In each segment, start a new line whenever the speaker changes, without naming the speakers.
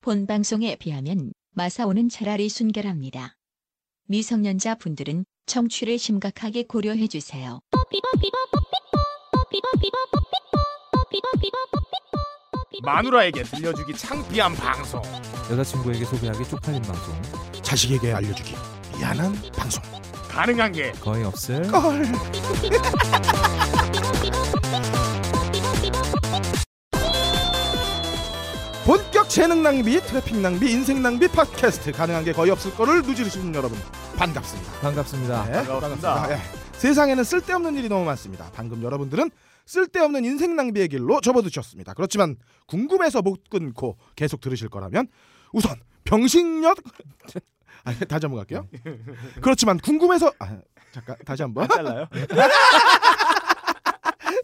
본 방송에 비하면 마사오는 차라리 순결합니다. 미성년자 분들은 청취를 심각하게 고려해 주세요.
마누라에게 들려주기 창피한 방송
여자친구에게 소개하기 쪽팔린 방송
자식에게 알려주기 미안한 방송
가능한 게
거의 없을
걸 본격 재능 낭비 트래핑 낭비 인생 낭비 팟캐스트 가능한 게 거의 없을 거를 누지르시는 여러분 반갑습니다
반갑습니다
네,
반갑습니다.
예. 세상에는 쓸데없는 일이 너무 많습니다 방금 여러분들은 쓸데없는 인생 낭비의 길로 접어드셨습니다 그렇지만 궁금해서 못 끊고 계속 들으실 거라면 우선 병신력 아, 다시 한번 갈게요 그렇지만 궁금해서 아, 잠깐 다시 한번
잘라요?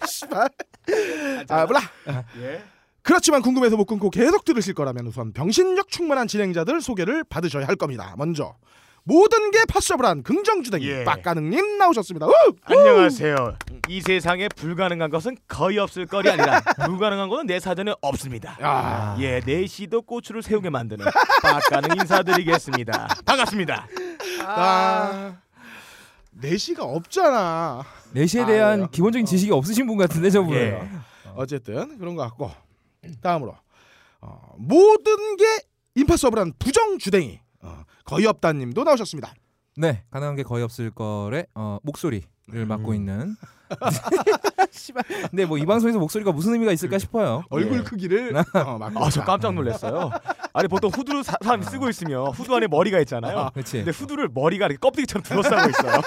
씨발. 아 몰라
예.
그렇지만 궁금해서 못 끊고 계속 들으실 거라면 우선 병신력 충만한 진행자들 소개를 받으셔야 할 겁니다. 먼저 모든 게 파셔블한 긍정주댕이
예.
빡가능님 나오셨습니다. 우!
안녕하세요. 이 세상에 불가능한 것은 거의 없을 거리 아니라 불가능한 것은 내 사전에 없습니다.
아.
예, 내시도 고추를 세우게 만드는 빡가능 인사드리겠습니다. 반갑습니다.
아. 내시가 없잖아.
내시에
아,
대한
그래요?
기본적인 지식이 없으신 분 같은데 저분
예.
어쨌든 그런 거 같고 다음으로 어, 모든 게 임파서블한 부정주댕이 어, 거의 없다님도 나오셨습니다.
네 가능한 게 거의 없을 거래 어, 목소리를 맡고 있는 씨발 근데 뭐 이 방송에서 목소리가 무슨 의미가 있을까 싶어요
얼굴
예.
크기를 어, 맞고
아, 저 깜짝 놀랐어요. 아니 보통 후드를 사, 사람이 쓰고 있으면 후드 안에 머리가 있잖아요.
그렇지
근데 후드를 머리가 이렇게 껍데기처럼 둘러싸고 있어요.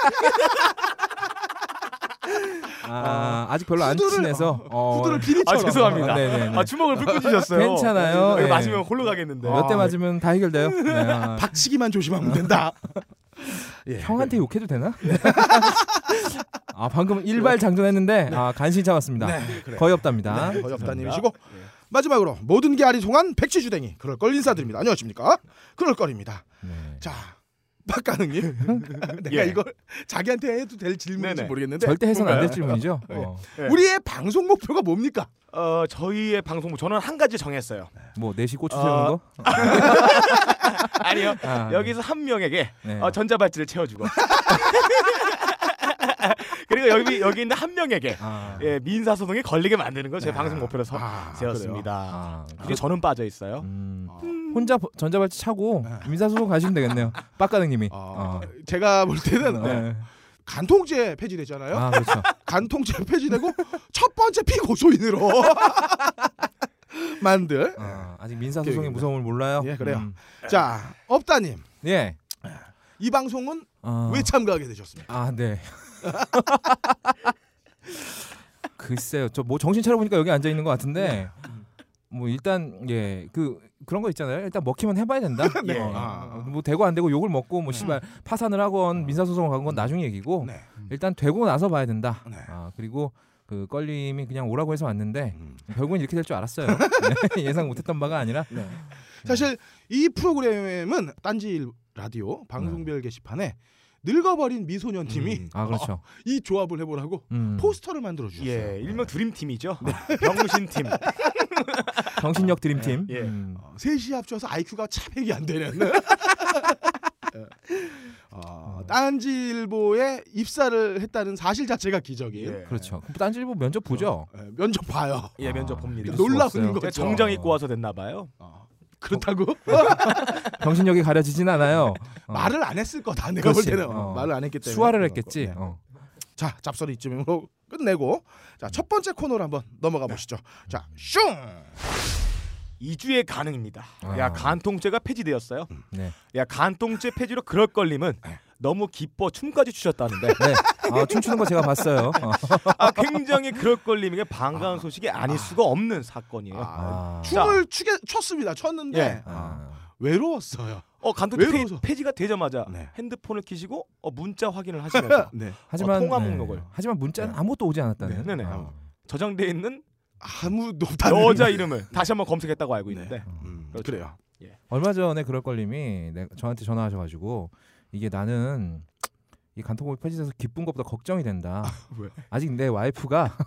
아, 아직 별로 안
후드를-
친해서 어,
후드를 비리처럼
아 죄송합니다.
아, 네네네.
아 주먹을 불 끄주셨어요.
괜찮아요. 아.
이거
예.
맞으면 홀로 가겠는데.
몇 대 맞으면 다 해결돼요 네, 아,
박치기만 조심하면 된다. 예.
형한테 욕해도 되나? 네. 아 방금 일발 장전했는데 아 간신히 잡았습니다
네, 그래.
거의 없답니다
거의 없다님이시고 예. 마지막으로 모든 게 아리송한 백지주댕이 그럴 걸 인사드립니다. 안녕하십니까? 그럴 걸입니다.
네.
자, 박가능님, 내가
예.
이걸 자기한테 해도 될 질문인지
네네.
모르겠는데
절대 해선 안 될
뭔가요?
질문이죠. 어.
네.
우리의 방송 목표가 뭡니까?
어 저희의 방송 저는 한 가지 정했어요.
뭐 내시 고추
어,
세우는 거?
아니요.
아,
여기서 한 명에게
네.
어, 전자발찌를 채워주고 그리고 여기 여기 있는 한 명에게
아,
예, 민사 소송에 걸리게 만드는 거 제
아,
방송 목표로 서,
아,
세웠습니다.
아,
그리고 저는 빠져 있어요. 네.
음, 혼자 보- 전자발찌 차고 민사소송 가시면 되겠네요. 빡가능님이.
아,
어.
어, 제가 볼 때는 어,
네.
간통죄 폐지되잖아요.
아 그렇죠.
간통죄 폐지되고 첫 번째 피고소인으로
네.
만들.
아, 아직 민사소송의
계획입니다.
무서움을 몰라요.
예, 그래요.
음,
자, 업다님,
예.
이 방송은
어,
왜 참가하게 되셨습니까?
아 네. 글쎄요, 저 뭐 정신 차려 보니까 여기 앉아 있는 것
네.
같은데, 뭐 일단 예 그 그런 거 있잖아요. 일단 먹히면 해봐야 된다.
네.
예.
아.
뭐 되고 안 되고 욕을 먹고 뭐 씨발 파산을 하건 민사소송을 가건 건 나중 얘기고
네.
일단 되고 나서 봐야 된다.
네.
어. 아 그리고 그 껄림이 그냥 오라고 해서 왔는데
음. 네.
결국은 이렇게 될 줄 알았어요. 네, 예상 못했던 바가 아니라
사실 이 프로그램은 딴지 라디오 방송별 게시판에 늙어버린 미소년 팀이 어,
음.
아 그렇죠.
이 조합을 해보라고
음.
포스터를 만들어 주셨어요. 네.
예, 일명 드림팀이죠. 병신 팀.
정신력 드림팀.
예.
음.
네. 어, 셋이 합쳐서 IQ가 차백이 안 되는. 예. 어, 딴지일보에 입사를 했다는 사실 자체가 기적이에요.
예.
그렇죠. 그럼 딴지일보 면접 보죠.
예, 면접 봐요.
예, 면접
아,
봅니다.
믿을 수가
놀라운
없어요.
거죠.
제가 정장 입고 와서 됐나 봐요.
어, 그렇다고
정신력이 가려지진 않아요. 어.
말을 안 했을 거다. 내가 볼
그렇지.
때는
어.
말을 안 했기 때문에
수화를
그런
했겠지.
거고. 예.
어.
자 잡설이 이쯤으로 끝내고 자 첫 번째 코너로 한번 넘어가
네.
보시죠. 자 슝.
2주의 가능입니다.
아.
야, 간통죄가 폐지되었어요.
네.
야, 간통죄 폐지로 그럴 걸림은 너무 기뻐 춤까지 추셨다는데
네. 아, 춤추는 거 제가 봤어요. 어.
아, 굉장히 그럴 걸림에게 반가운 소식이 아닐 수가 없는 사건이에요.
아,
아.
춤을 추게 췄습니다. 췄는데
예.
아.
외로웠어요.
어 감독님
왜
페-
웃어?
페이지가 되자마자
네.
핸드폰을 키시고 어, 문자 확인을 하시면서
네.
하지만
통화
네.
목록을.
하지만 문자는 아무것도 오지 않았다는.
네네.
어.
저장돼 있는
아무도 없다는
여자 이름을 다시 한번 검색했다고 알고 있는데
음,
그렇죠.
그래요.
얼마 전에 그럴 걸님이 내- 저한테 전화하셔가지고 이게 나는 이 간통법이 폐지돼서 기쁜 것보다 걱정이 된다.
왜?
아직 내 와이프가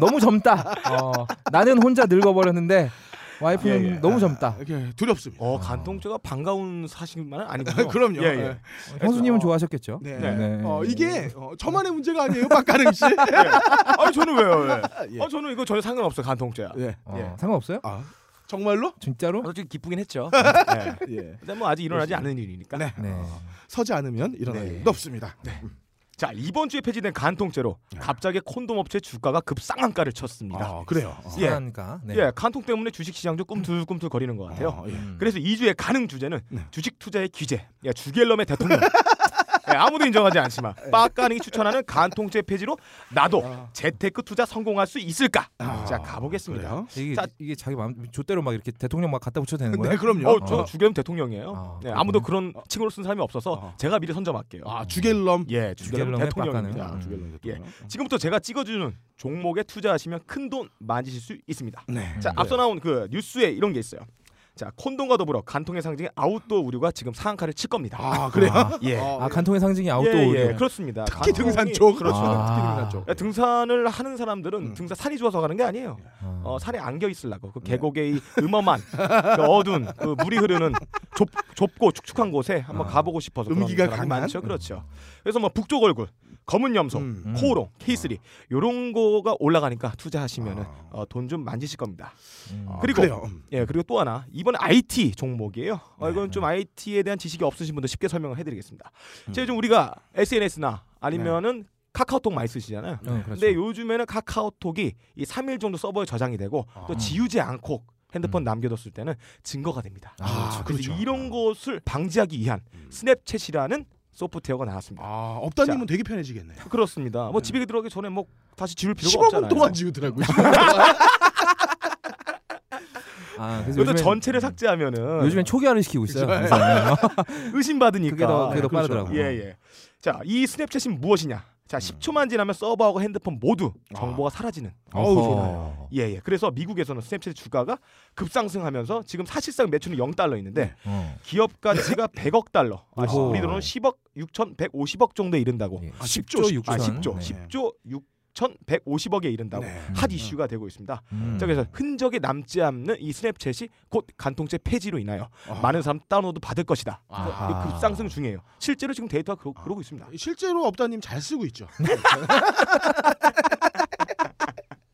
너무 젊다. 어, 나는 혼자 늙어버렸는데 와이프는
예, 예.
너무
아,
젊다.
이렇게 두렵습니다.
어
아.
간통죄가 반가운 사실만은 아니고요.
그럼요.
예, 예.
형수님은 좋아하셨겠죠.
네.
네.
어, 이게 어, 저만의 문제가 아니에요, 박가능 씨.
아니 저는 왜요? 왜?
예.
아 저는 이거 전혀 상관없어요 간통죄야.
예.
어,
예.
상관없어요?
아 정말로?
진짜로?
솔직히 기쁘긴 했죠. 예.
예.
근데 뭐 아직 일어나지 않은 일이니까.
네.
네.
서지 않으면 일어날
네.
일도 없습니다. 네.
자 이번 주에 폐지된 간통죄로 갑자기 콘돔 업체 주가가 급상한가를 쳤습니다.
아, 그래요. 어.
예.
그러니까. 네.
예, 간통 때문에 주식시장도 꿈틀꿈틀 거리는 것 같아요.
어, 예.
음.
그래서 2주의 가능 주제는
네.
주식 투자의 규제. 야, 주겔럼의 대통령. 예, 아무도 인정하지 않지만 빠까능이 추천하는 간통죄 폐지로 나도
아.
재테크 투자 성공할 수 있을까?
아,
자 가보겠습니다.
그래요?
이게,
자-
이게 자기 마음 좆대로 막 이렇게 대통령 막 갖다 붙여도 되는 거예요?
네, 그럼요.
어, 저
어.
주겔럼 대통령이에요.
아,
예, 아무도 그런 칭호로 쓴 사람이 없어서
어.
제가 미리 선점할게요.
아, 주겔럼.
예, 주겔럼
주겔럼의
대통령입니다.
빡가능.
아, 주겔럼 대통령.
지금부터 제가 찍어주는 종목에 투자하시면 큰 돈 만지실 수 있습니다.
네.
자 앞서 나온 그 뉴스에 이런 게 있어요. 자 콘돔과 더불어 간통의 상징인 아웃도어 우류가 지금 상한가를 칠 겁니다.
아, 그래요?
아,
예.
어,
아 간통의 상징이 아웃도어
예,
오류.
예, 그렇습니다.
특히
간통이-
등산 쪽.
그렇죠.
아.
특히 등산 쪽.
예, 등산을 하는 사람들은
음. 예.
등산 산이 좋아서 가는 게 아니에요.
아.
어, 산에 안겨 있으려고 그 계곡의 이 음험한 그 어두운 그 물이 흐르는 좁, 좁고 축축한 곳에 한번
아.
가보고 싶어서 그런
음기가
사람이
강한?
많죠. 그렇죠. 그래서 뭐 북쪽 얼굴, 검은 염소,
음.
코오롱, K3 요런 거가 올라가니까 투자하시면은
아.
어, 돈 좀 만지실 겁니다.
음.
아,
그리고-
그래요. 음.
예, 그리고 또 하나 이번에 IT 종목이에요. 어, 이건 좀 IT에 대한 지식이 없으신 분들 쉽게 설명을 해드리겠습니다.
음.
제가 좀 우리가 SNS나 아니면은 카카오톡 많이 쓰시잖아요.
어, 그렇죠.
근데 요즘에는 카카오톡이 이 3일 정도 서버에 저장이 되고 또
아.
지우지 않고 핸드폰
음.
남겨뒀을 때는 증거가 됩니다.
아,
그래서
그렇죠.
이런 것을 방지하기 위한
음.
스냅챗이라는 소프트웨어가 나왔습니다.
아, 업다님은 되게 편해지겠네요.
그렇습니다. 뭐 집에 들어가기 전에 뭐 다시 지울 필요가
15분
없잖아요.
동안 지우더라고요.
아, 그래서
이것도
요즘엔-
전체를 삭제하면은
요즘엔 초기화를 시키고 있어요.
그죠?
그래서.
의심받으니까
그게 더- 그게 더
그렇죠.
빠르더라고요.
예, 예. 자, 이 스냅챗이 무엇이냐? 자, 10초만 지나면 서버하고 핸드폰 모두 정보가 사라지는.
어우,
아. 어허.
좋네요.
예, 예. 그래서 미국에서는 스냅챗 주가가 급상승하면서 지금 사실상 매출은 0달러인데
어.
기업 가치가 100억 달러. 아,
오호.
우리 돈으로 10억 6,150억 정도에 이른다고.
예.
10조,
10조
10조, 아,
6천.
10조.
네.
10조 6,150억에 이른다고.
네.
핫
음.
이슈가 되고 있습니다.
음.
자, 그래서 흔적이 남지 않는 이 스냅챗이 곧 간통죄 폐지로 인하여
아.
많은 사람 다운로드 받을 것이다. 그래서
아하.
이거 급상승 중이에요. 실제로 지금 데이터가 그러, 고 있습니다.
실제로 업다님 잘 쓰고 있죠.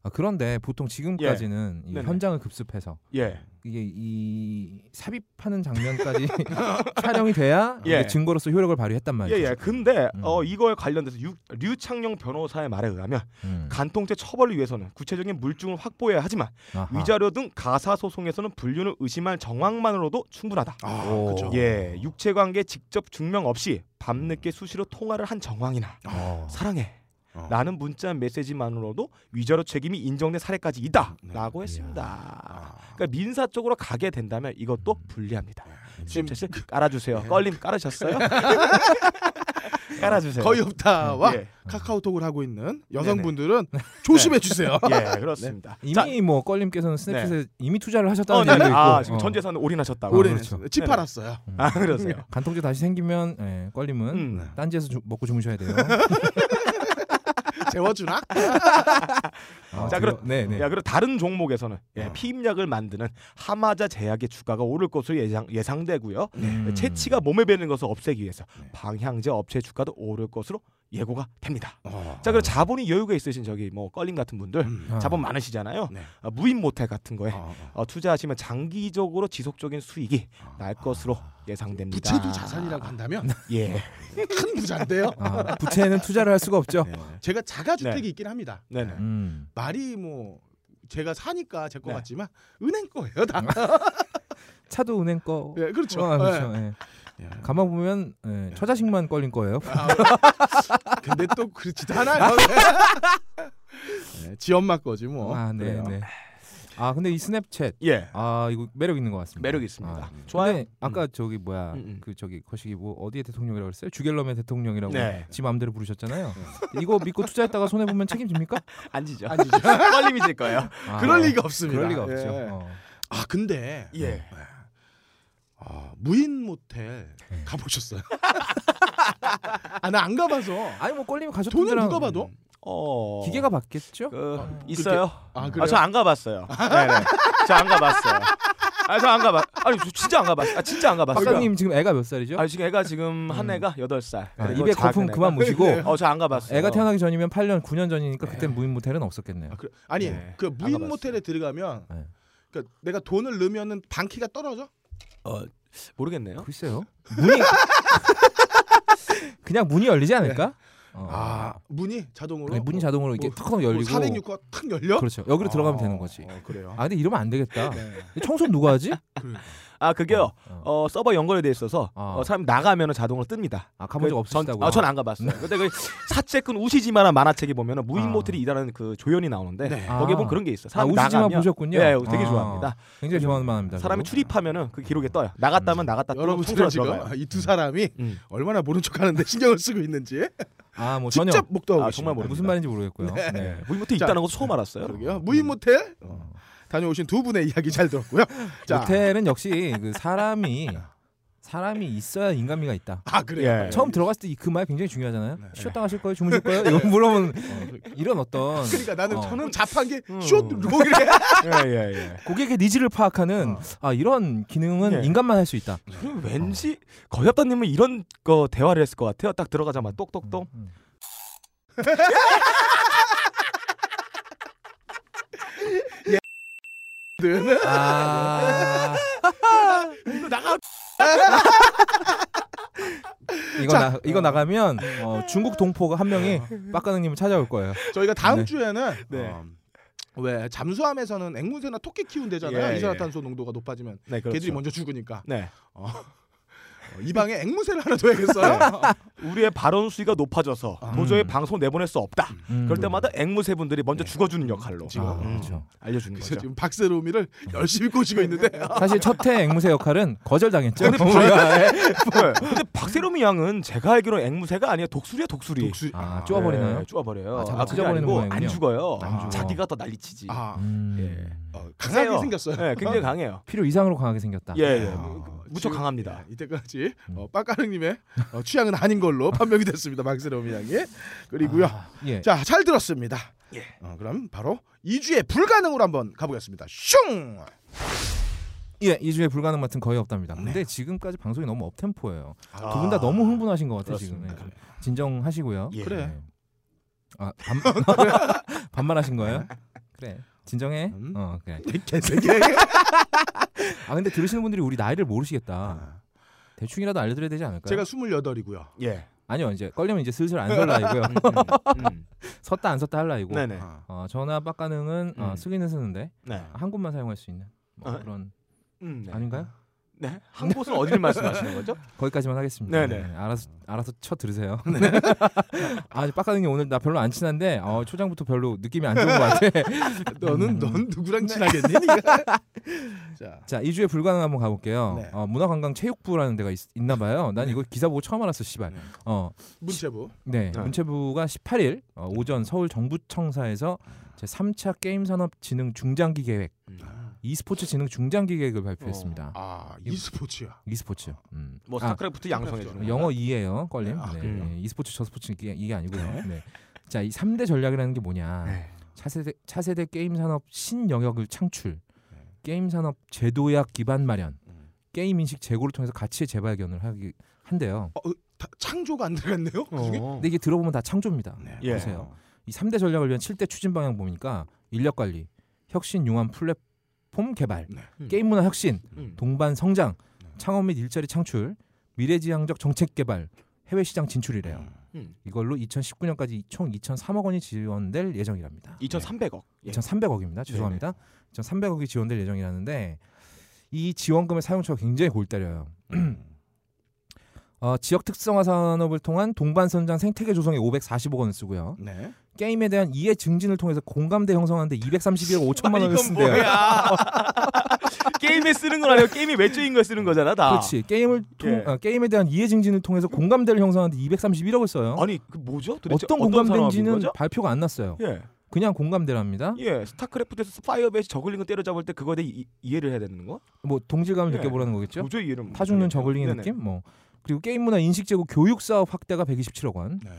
아, 그런데 보통 지금까지는 이
네네.
현장을 급습해서
예,
이게 이 삽입하는 장면까지 촬영이 돼야
예.
이게 증거로서 효력을 발휘했단
예,
아,
말이죠.
예. 근데
음.
어, 이거에 관련돼서 유- 류창영 변호사의 말에 의하면
음.
간통죄 처벌을 위해서는 구체적인 물증을 확보해야 하지만
아하.
위자료 등 가사 소송에서는 분류를 의심할 정황만으로도 충분하다.
아,
오.
그렇죠.
예, 육체 관계 직접 증명 없이 밤늦게 수시로 통화를 한 정황이나
아,
어.
사랑해.
어.
라는 문자 메시지만으로도 위자료 책임이 인정된 사례까지
네.
있다라고
아,
했습니다. 그러니까 민사 쪽으로 가게 된다면 이것도 불리합니다.
지금
심채씨 깔아주세요. 껄림 깔으셨어요? 깔아주세요.
거의 없다와
예,
카카오톡을 하고 있는 여성분들은 조심해 주세요.
예 그렇습니다.
이미
자,
뭐 껄림께서는 스냅챗에 이미 투자를
어,
하셨다는
네,
얘기도
네.
있고.
아 지금
어.
전 재산 올인하셨다고.
올해는
그렇죠.
집
네네.
팔았어요.
아 그러세요.
간통죄 다시 생기면 예, 껄림은
음.
딴지에서 주- 먹고 주무셔야 돼요.
네, 재워주나?
아,
자,
그럼 네, 네.
야 그리고 다른 종목에서는 예,
어.
피임약을 만드는 하마자 제약의 주가가 오를 것으로 예상 예상되고요.
음.
그 채취가 몸에 배는 것을 없애기 위해서
네.
방향제 업체 주가도 오를 것으로 예고가 됩니다.
어.
자 그리고 자본이 여유가 있으신 저기 뭐 껄림 같은 분들
음.
아.
자본 많으시잖아요.
네.
아, 무인 모텔 같은 거에
어, 어.
어, 투자하시면 장기적으로 지속적인 수익이
아.
날 것으로 예상됩니다.
부채도 자산이라고 한다면
예.
큰 부자인데요.
아, 부채는 투자를 할 수가 없죠.
제가 자가주택이
네.
있긴 합니다.
네네.
음.
말이 뭐 제가 사니까 제 거
네.
같지만 은행 거예요 다.
차도 은행 거.
네,
예, 그렇죠.
아,
예.
그렇죠. 예.
예.
가만 보면 예, 처자식만 껄린 거예요.
근데 또 그렇지도 않아요. 네, 지 엄마 거지 뭐.
아, 네,
그래요.
네. 아, 근데 이 스냅챗
예.
아, 이거 매력 있는 것 같습니다.
매력 있습니다.
아,
좋아요.
근데 아까 저기 뭐야
음, 음.
그 저기 거시기 뭐 어디의 대통령이라고 그랬어요? 주겔럼의 대통령이라고
네.
지 마음대로 부르셨잖아요. 이거 믿고 투자했다가 손해 보면 책임집니까?
앉으죠. 앉으죠. 껄림이 질 거예요.
아,
그럴 리가 없습니다.
그럴 리가 없죠.
예.
어.
아 근데
예.
아, 무인 모텔
네.
가보셨어요? 아 나 안 가봐서
아니 뭐 껄림이
돈은
가셨던데랑
누가 봐도
어.
기계가 바뀌었죠?
그
어,
있어요.
아 그래요?
아 저 안 가봤어요. 네네. 저 안 가봤어요. 아 저 안 가봤. 아니 저 진짜 안 가봤. 아 진짜 안 가봤어요.
박사님 지금 애가 몇 살이죠?
아 지금 애가 지금 한
음.
애가 여덟 살.
아,
그리고
입에
작은
거품
애가-
그만 무시고
네.
어 저 안 가봤어요.
애가 태어나기 전이면 8년 9년 전이니까 그때 무인 모텔은 없었겠네요.
아, 그래. 아니
네.
그
안
무인
가봤어요.
모텔에 들어가면
네.
그러니까 내가 돈을 넣으면은 방키가 떨어져?
어 모르겠네요.
글쎄요. 문이 그냥 문이 열리지 않을까? 어.
아 문이 자동으로
네, 문이 자동으로 이렇게
뭐,
턱턱 열리고
406가 탁 열려?
그렇죠. 여기로 들어가면
아,
되는 거지.
어, 그래요.
아 근데 이러면 안 되겠다.
네.
청소 는 누가 하지?
그래.
아 그게요.
어.
어 서버 연결돼 있어서
아.
어, 사람 나가면은 자동으로 뜹니다.
아 가본 적
그 전-
없으시다고요? 네.
아, 전안 가봤어요. 근데 그 사채꾼 우시지마라는 만화책에 보면은 무인
아.
모텔이 일하는 그 조연이 나오는데
네.
거기에 보면 그런 게 있어.
아,
사람
우시지만
나가면
보셨군요.
예, 되게
아, 네.
좋아합니다.
굉장히 좋아하는 만화입니다.
사람이
그거.
출입하면은 그 기록에 떠요.
음.
나갔다면 나갔다. 뜨고
여러분
청소로
지금 아,
들어가요.
이 두 사람이
음.
얼마나 모른 척하는데 신경을 쓰고 있는지
아, 뭐 전혀
직접 목도하고
아,
있습니다.
정말 모르겠어요.
무슨 말인지 모르겠고요. 네.
무인 모텔
자.
있다는 것도 처음 알았어요.
그러게요. 무인 모텔 어, 다녀오신 두 분의 이야기 잘 들었고요. 자,
모텔은 역시 그 사람이 사람이 있어야 인간미가 있다.
아 그래요.
예.
처음 들어갔을 때 그 말 굉장히 중요하잖아요.
네.
쉬었다가실 거예요, 주무실 거예요. 이거 물어보면 이런 어떤
그러니까 나는
어.
저는 잡한 게
그 음.
쇼트로 이렇게
예, 예, 예.
고객의 니즈를 파악하는
어. 네.
아 이런 기능은
예.
인간만 할 수 있다.
그리고 왠지 거엽다님은 이런 거 대화를 했을 것 같아요. 딱 들어가자마자 똑똑똑.
음.
는
아
나가.
이거 나 이거 나가면 어, 중국 동포가 한 명이 빡가능님을 찾아올 거예요.
저희가 다음
네.
주에는
네.
어, 왜 잠수함에서는 앵무새나 토끼 키운대잖아요.
예,
이산화탄소 농도가 높아지면
네, 그렇죠.
걔들이 먼저 죽으니까
네.
어, 이 방에 앵무새를 하나 둬야겠어요.
네. 우리의 발언 수위가 높아져서
아.
도저히 방송 내보낼 수 없다.
음.
그럴 때마다 앵무새 분들이 먼저 죽어주는 역할로
지금.
아,
음,
그렇죠.
알려주는
그래서
거죠.
지금 박세롬이를 열심히 꼬시고 있는데
아,
사실 첫해 앵무새 역할은 거절당했죠. 음. 예.
근데
우리가
네. 근데 박세롬이 양은 제가 알기로 앵무새가 아니야 독수리야 독수리.
독수
아, 쪼아버리나요?
네, 쪼아버려요.
아,
아,
자꾸
그게
찢어버리는
아니고 안
모양이군요.
죽어요.
안 죽어.
자기가 더 난리치지. 예.
아,
음.
어, 강하게
강해요.
생겼어요.
네, 굉장히 강해요.
필요 이상으로 강하게 생겼다.
예, 예.
아,
무척
지금,
강합니다.
예, 이때까지
음.
어, 빠까릉님의 어, 취향은 아닌 걸로 판명이 됐습니다. 박세롬이 양이 그리고요.
예.
네.
자, 잘 들었습니다.
예.
어, 그럼 바로 2주의 불가능으로 한번 가보겠습니다. 슝!
예, 이 주에 불가능 같은 거의 없답니다. 근데 지금까지 방송이 너무 업템포예요. 두 분 다
아,
너무 흥분하신 것 같아요 지금.
그렇습니다.
예. 진정하시고요.
예.
그래.
네. 아 반, 반말하신 거예요? 그래. 진정해.
음.
어 그래.
개새끼.
아 근데 들으시는 분들이 우리 나이를
아.
모르시겠다. 대충이라도 알려드려야 되지 않을까요?
제가 28이고요.
예.
아니요 이제 걸리면 이제 슬슬 안 설 나이고요.
음, 음.
섰다 안 섰다 할 나이고.
네네.
아,
어, 전화 빡가능은 어,
음.
쓰기는 쓰는데
네.
한 곳만 사용할 수 있는 뭐
아,
그런
음, 네.
아닌가요?
네. 한 곳은 어디를 말씀하시는 거죠?
거기까지만 하겠습니다.
네네. 네.
네, 알아서 알아서 쳐 들으세요. 아 빡가능이 오늘 나 별로 안 친한데 어, 초장부터 별로 느낌이 안 좋은 것 같아.
음.
너는 넌 누구랑
네.
친하겠니? 네가? 자,
자, 2주에 불가능 한번 가볼게요.
네.
어, 문화관광체육부라는 데가 있, 나 봐요. 난 이거 기사 보고 처음 알았어, 씨발.
네.
어,
문체부.
네.
네.
문체부가 18일 어, 오전 서울 정부청사에서 제 3차 게임 산업 진흥 중장기 계획,
음.
음. 네.
e스포츠 진흥 중장기 계획을 발표했습니다.
아, e스포츠야.
e스포츠. 음.
뭐
아,
스타크래프트 양성해 주는
영어 2예요, 걸림.
아,
네.
그래요?
네, e스포츠 저스포츠 이게, 이게 아니고요. 네. 자, 이 3대 전략이라는 게 뭐냐?
네.
차세대 차세대 게임 산업 신 영역을 창출. 게임 산업 제도약 기반 마련.
음.
게임 인식 제고를 통해서 가치의 재발견을 하기 한대요.
다, 창조가 안 들어갔네요. 그 중에?
어.
근데 이게 들어보면 다 창조입니다.
네.
예.
보세요. 이 3대 전략을 위한 7대 추진 방향 보니까 인력 관리, 혁신 융합 플랫폼 개발,
네.
음.
게임 문화 혁신,
음.
동반 성장,
네.
창업 및 일자리 창출, 미래지향적 정책 개발, 해외 시장 진출이래요.
음.
이걸로 2019년까지 총 2,003억 원이 지원될 예정이랍니다.
2,300억. 예.
2,300억입니다. 죄송합니다. 2,300억이 지원될 예정이라는데 이 지원금의 사용처가 굉장히 골때려요. 어, 지역 특성화 산업을 통한 동반 성장 생태계 조성에 540억 원을 쓰고요.
네.
게임에 대한 이해 증진을 통해서 공감대 형성하는데 231억 5천만
아니,
원을
이건
쓴대요.
뭐야? 게임에 쓰는 건 아니고 게임이 외적인 걸 쓰는 거잖아, 다.
그렇지. 게임을 통,
예.
어, 게임에 대한 이해 증진을 통해서 공감대를 형성하는데 231억을 써요.
아니, 그 뭐죠? 도대체
어? 어떤
산업인
공감대인지는
거죠?
발표가 안 났어요.
예.
그냥 공감대랍니다.
예, 스타크래프트에서 파이어베이스 저글링을 때려잡을 때 그거에 대해 이, 이해를 해야 되는 거?
뭐 동질감을
예.
느껴보라는 거겠죠.
도저히 이해를 못
타죽는
하겠네요.
저글링의
네네.
느낌? 뭐 그리고 게임 문화 인식 제고 교육 사업 확대가 127억 원.
네.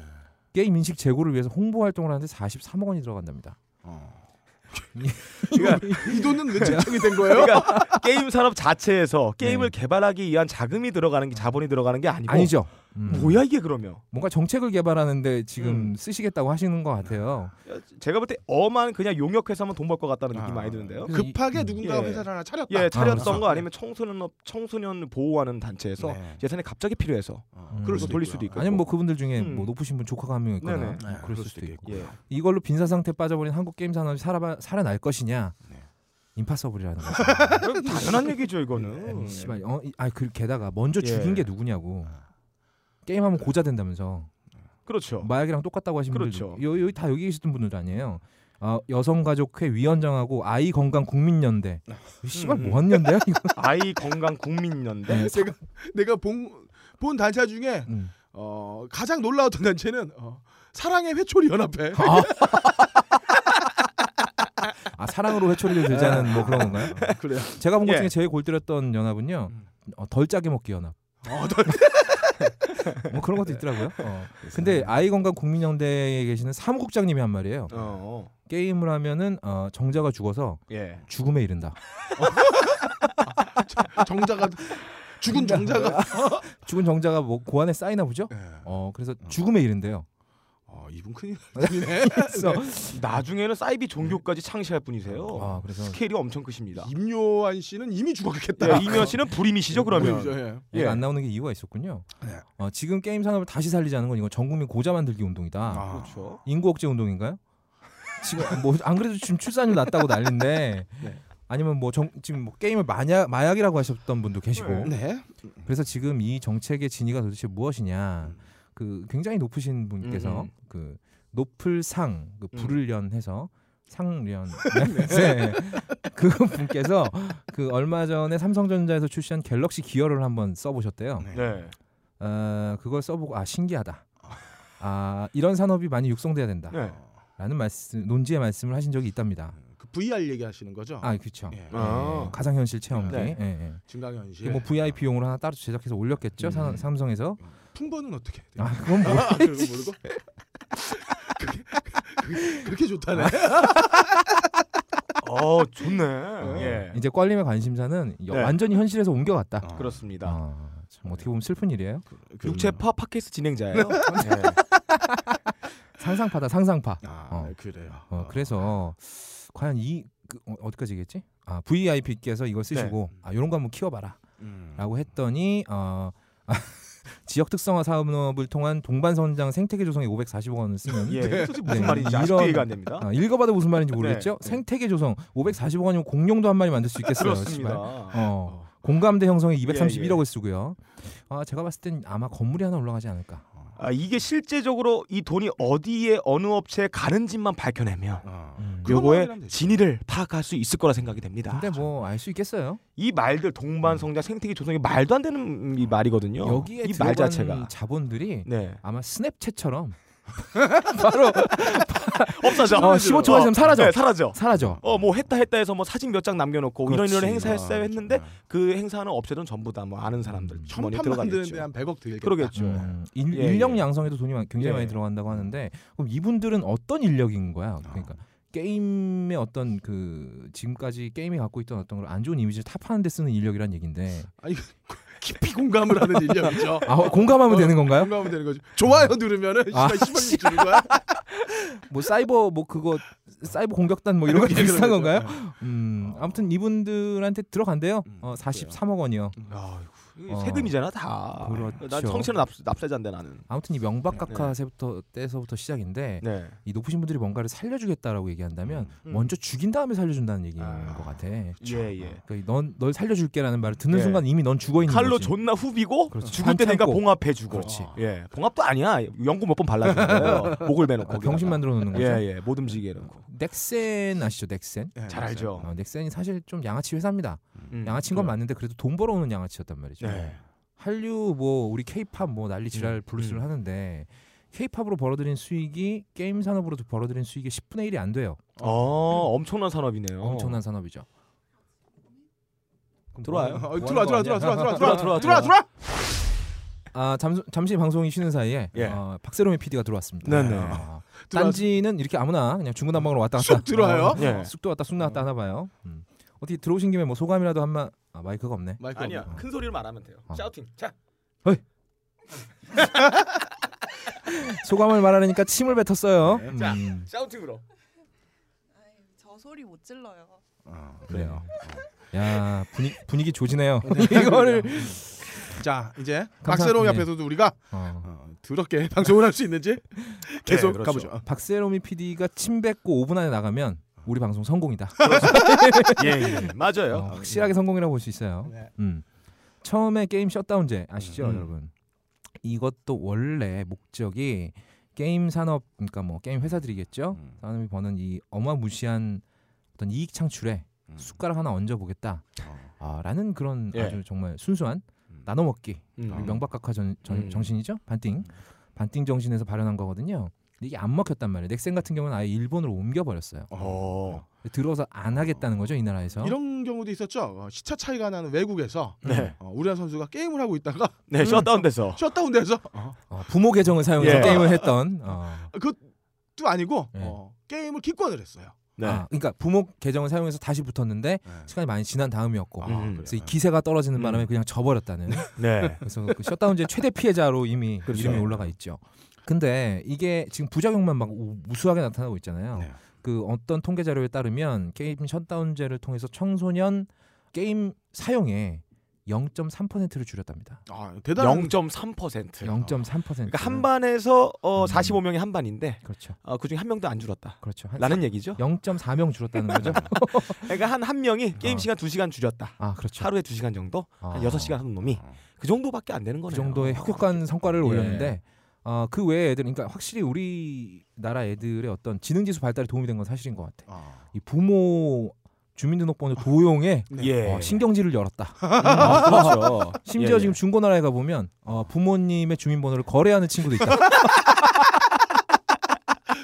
게임 인식 제고를 위해서 홍보 활동을 하는데 43억 원이 들어간답니다.
이 돈은 왜 책정이 된 거예요?
그러니까 게임 산업 자체에서 게임을 개발하기 위한 자금이 들어가는 게 자본이 들어가는 게 아니고
네. 음. 아니죠? 음.
뭐야 이게 그러면
뭔가 정책을 개발하는데 지금
음.
쓰시겠다고 하시는 것 같아요.
제가 볼 때 어만 그냥 용역회사만 돈 벌 것 같다는 느낌 이 많이 드는데요.
급하게 누군가
예.
회사를 하나 차렸다.
예, 차렸던
아, 그렇죠.
거 아니면 청소년 업- 청소년 보호하는 단체에서
네.
예산이 갑자기 필요해서
어,
그럴
수도 돌릴 수도 있고.
아니면 뭐 그분들
네.
중에
음.
뭐 높으신 분 조카가 한 명 있거나
네네.
뭐
네,
그럴 수도 있고.
예.
이걸로 빈사 상태 빠져버린 한국 게임 산업이 살아 살아날 것이냐?
네.
임파서블이라는 거.
이건 당연한 얘기죠 이거는.
씨발, 어, 이- 아, 그 게다가 먼저
네. 예. 아. 네.
죽인 게 누구냐고. 게임하면 고자 된다면서
그렇죠.
마약이랑 똑같다고 하신
그렇죠.
분들 여기 다 여기 계시던 분들 아니에요. 아, 여성가족회 위원장하고 아이 건강 국민연대. 이 씨발
음. 네.
뭐한 연대야 이거?
아이 건강 국민연대.
내가 예. 내가 본, 본 단체 중에
음.
어, 가장 놀라웠던 단체는 어, 사랑의 회초리 연합회.
아. 아, 사랑으로 회초리를 들자는 뭐 그런 건가요?
그래요.
제가 본 것
예. 음.
중에 제일 골때렸던 연합은요. 어, 덜 짜게 먹기 연합.
아,
어,
뭐 그런 것도 있더라고요. 어. 근데 아이 건강 국민연대에 계시는 사무국장님이 한 말이에요.
어.
게임을 하면은 어, 정자가 죽어서
예.
죽음에 이른다.
정자가 죽은 정자가 어?
죽은 정자가 뭐 고안에 쌓이나 보죠.
예.
어 그래서 죽음에 이른대요.
어, 이분 큰일 났네.
그래서
나중에는 사이비 종교까지 창시할 분이세요.
어.
아 그래서
스케일이 엄청 크십니다.
임요한 씨는 이미 죽었겠다.
예, 이면 씨는 불임이시죠 그러면.
예.
얘가 안 나오는 게 이유가 있었군요.
네.
어, 지금 게임 산업을 다시 살리자는 건 이건 전국민 고자 만들기 운동이다.
아.
그렇죠.
인구 억제 운동인가요? 지금 뭐 안 그래도 지금 출산율 낮다고 난린데
네.
아니면 뭐 정, 지금 뭐 게임을 마약 마약이라고 하셨던 분도 계시고
네.
그래서 지금 이 정책의 진위가 도대체 무엇이냐
음.
그 굉장히 높으신 분께서
음.
그 높을 상 그
음.
불을 연해서 상련 네. 그 분께서 그 얼마 전에 삼성전자에서 출시한 갤럭시 기어를 한번 써보셨대요.
네.
어, 그걸 써보고 아 신기하다. 아 이런 산업이 많이 육성돼야 된다.
어. 네. 음.
라는 말씀 논지의 말씀을 하신 적이 있답니다.
어, 그 VR 얘기하시는 거죠?
아 그렇죠.
예.
아.
가상 현실 체험기.
네.
예, 예.
증강현 씨.
그뭐 VIP용으로 하나 따로 제작해서
음.
올렸겠죠.
네.
사, 삼성에서.
풍번은 어떻게? 해야 돼요?
아 그건 뭐
아, 그거 모르고. 그게- 그게- 그렇게 좋다네.
아,
어 좋네. 예.
이제 껄림의 관심사는 여-
네.
완전히 현실에서 옮겨갔다.
어.
그렇습니다.
아, 참 어떻게 보면 슬픈 일이에요.
그-
육체파 팟캐스트 진행자예요.
상상파다 상상파.
아,
어.
그래요.
어, 그래서 과연 이 그, 어, 어디까지겠지? 아 VIP께서 이걸
네.
쓰시고 아 이런 거 한번 키워봐라.
음.
라고 했더니 어, 지역 특성화 사업을 통한 동반선장 생태계 조성에 540억 원을 쓰면
예. 예. 솔직히 무슨
네.
말인지 아직도
이런-
이해가 안 됩니다.
아, 읽어봐도 무슨 말인지 모르겠죠.
네.
생태계 조성 540억 원이면 공룡도 한 마리 만들 수 있겠어요.
그렇습니다.
씨발. 어, 공감대 형성에 231억을
예,
쓰고요. 아, 제가 봤을 땐 아마 건물이 하나 올라가지 않을까.
어,
아, 이게 실제적으로 이 돈이 어디에 어느 업체에 가는지만 밝혀내면
어.
음.
그럼- 그것만 확인하면
요거의
되죠.
진위를 파악할 수 있을 거라 생각이 됩니다.
근데 뭐 알 수 있겠어요.
이 말들 동반 성장 생태계 조성이 말도 안 되는 이 말이거든요.
여기에
이
들어간
말 자체가
자본들이
네
아마 스냅챗처럼 바로
없어져.
어, 15초 만에
어,
사라져.
네, 사라져.
사라져.
어 뭐 했다 했다 해서 뭐 사진 몇 장 남겨놓고 이런 이런
그렇지.
행사했어요 했는데
아,
그 행사하는 업체들은 전부 다 뭐 아는 사람들 주머니
전판 만드는데
들어가겠죠.
한 100억 들겠다.
그러겠죠.
음, 인,
예,
인력
예.
양성에도 돈이 많-
예.
굉장히 많이 들어간다고 하는데 그럼 이분들은 어떤 인력인 거야? 그러니까
아.
게임의 어떤 그 지금까지 게임이 갖고 있던 어떤 걸 안 좋은 이미지를 타파하는 데 쓰는 인력이란 얘기인데
깊이 공감을 하는 인력이죠.
아 공감하면
어.
되는 건가요?
공감하면 되는 거죠. 좋아요 누르면은
아,
씨발 10억씩 주는 거야.
뭐 사이버 뭐 그거 사이버 공격단 뭐 이런 거 비슷한 건가요?
아.
음
어.
아무튼 이분들한테 들어간대요.
음,
어 43억 원이요.
아이고,
어.
그 세금이잖아 다.
그렇죠.
난 성실은 납, 납세자인데 나는.
아무튼 이 명박각하세부터 때서부터 시작인데
네.
이 높으신 분들이 뭔가를 살려주겠다라고 얘기한다면
음.
먼저 죽인 다음에 살려준다는 얘기인
아.
것 같아.
예 예.
그러니까 넌, 널 살려줄게라는 말을 듣는
예.
순간 이미 넌 죽어 있는
칼로
거지.
존나 후비고
그렇지.
죽을 때 내가
반창고.
봉합해주고
그렇지.
예 봉합도 아니야 연고 몇 번 발라주는 거예요 목을
아,
매놓고
병신 만들어 놓는 거죠.
예예 못 움직이게 해놓고
넥센 아시죠? 넥센.
예,
잘 알죠
어, 넥센이 사실 좀 양아치 회사입니다.
음.
양아치인 건 맞는데 그래도 돈 벌어오는 양아치였단 말이죠.
네.
한류 뭐 우리 케이팝 뭐 난리 지랄 블루스를
음.
하는데 케이팝으로 벌어들인 수익이 게임 산업으로도 벌어들인 수익의 10분의 1이 안 돼요.
어 엄청난 산업이네요
엄청난 산업이죠. 그럼
들어와요.
뭐 하는-
어,
뭐
들어와
하는 거
들어와 들어와
아니야?
들어와
들어와,
들어와
들어와,
들어와 들어와
아 잠, 잠시 방송이 쉬는 사이에
예.
어, 박세롬의 PD가 들어왔습니다.
네네.
아,
들어와-
딴지는 이렇게 아무나 그냥 중구난방으로 왔다 갔다
쑥 들어와요?
어,
예.
쑥 들어왔다 쑥 나왔다 하나 봐요. 음. 어떻게 들어오신 김에 뭐 소감이라도 한마 아, 마이크가 없네.
마이크
아니야
없네.
큰 소리로 말하면 돼요.
어.
샤우팅. 자
소감을 말하려니까 침을 뱉었어요.
네.
자.
음,
샤우팅으로.
아이, 저 소리 못 질러요.
어,
그래요. 야 분위, 분위기 조지네요.
이거를 그러니까. 자 이제 박세롬
네.
옆에서도 우리가
어.
어, 더럽게 방송을 할 수 있는지 계속
그렇죠.
가보죠. 어.
박세롬이 PD가 침 뱉고 5분 안에 나가면 우리 방송 성공이다.
예, 예. 맞아요.
어, 확실하게 성공이라고 볼 수 있어요.
네.
음. 처음에 게임 셧다운제 아시죠,
음.
여러분? 이것도 원래 목적이 게임 산업, 그러니까 뭐 게임 회사들이겠죠.
음.
사람이 버는 이 어마무시한 어떤 이익 창출에
음.
숟가락 하나 얹어 보겠다.
어.
아, 라는 그런
예.
아주 정말 순수한
음.
나눠 먹기
음.
명박각화 전, 전-
음.
정신이죠. 반띵, 반띵 정신에서 발현한 거거든요. 이게 안 먹혔단 말이에요. 넥센 같은 경우는 아예 일본으로 옮겨 버렸어요.
음.
어.
들어서 안 하겠다는 거죠, 이 나라에서. 음.
이런 경우도 있었죠. 어, 시차 차이가 나는 외국에서
네.
어, 우리나라 선수가 게임을 하고 있다가
네, 셧다운 돼서.
셧다운돼서
어, 부모 계정을 사용해서
예.
게임을 했던. 어.
또 아니고
네.
어, 게임을 기권을 했어요.
네.
아, 그러니까 부모 계정을 사용해서 다시 붙었는데
네.
시간이 많이 지난 다음이었고.
음.
아, 그래요.
아, 그래서 이 기세가 떨어지는
음.
바람에 그냥 져버렸다는.
네.
그래서 그 셧다운제 최대 피해자로 이미
그렇죠.
이름이 올라가 있죠. 근데 이게 지금 부작용만 막 우- 무수하게 나타나고 있잖아요.
네.
그 어떤 통계 자료에 따르면 게임 셧다운제를 통해서 청소년 게임 사용에 0.3%를 줄였답니다.
아, 대단한
0.3%.
0.3%.
그러니까 한 반에서 어,
음.
45명이 한 반인데
그렇죠.
어, 그중에 한 명도 안 줄었다.
그렇죠. 한
라는 얘기죠.
0.4명 줄었다는 거죠.
그러니까 한 한 명이 게임
어.
시간 2시간 줄였다.
아, 그렇죠.
하루에 2시간 정도?
아.
한 6시간 하는 놈이
어,
그 정도밖에 안 되는
그
거네요. 아.
정도의 혁혁한 성과를
예.
올렸는데 어, 그 외에 애들 그러니까 확실히 우리나라 애들의 어떤 지능 지수 발달에 도움이 된 건 사실인 것 같아.
아.
이 부모 주민등록번호 도용에
아. 예.
어, 신경질을 열었다.
아, 그렇죠.
심지어
예, 예.
지금 중고나라에 가 보면 어, 부모님의 주민번호를 거래하는 친구도 있다.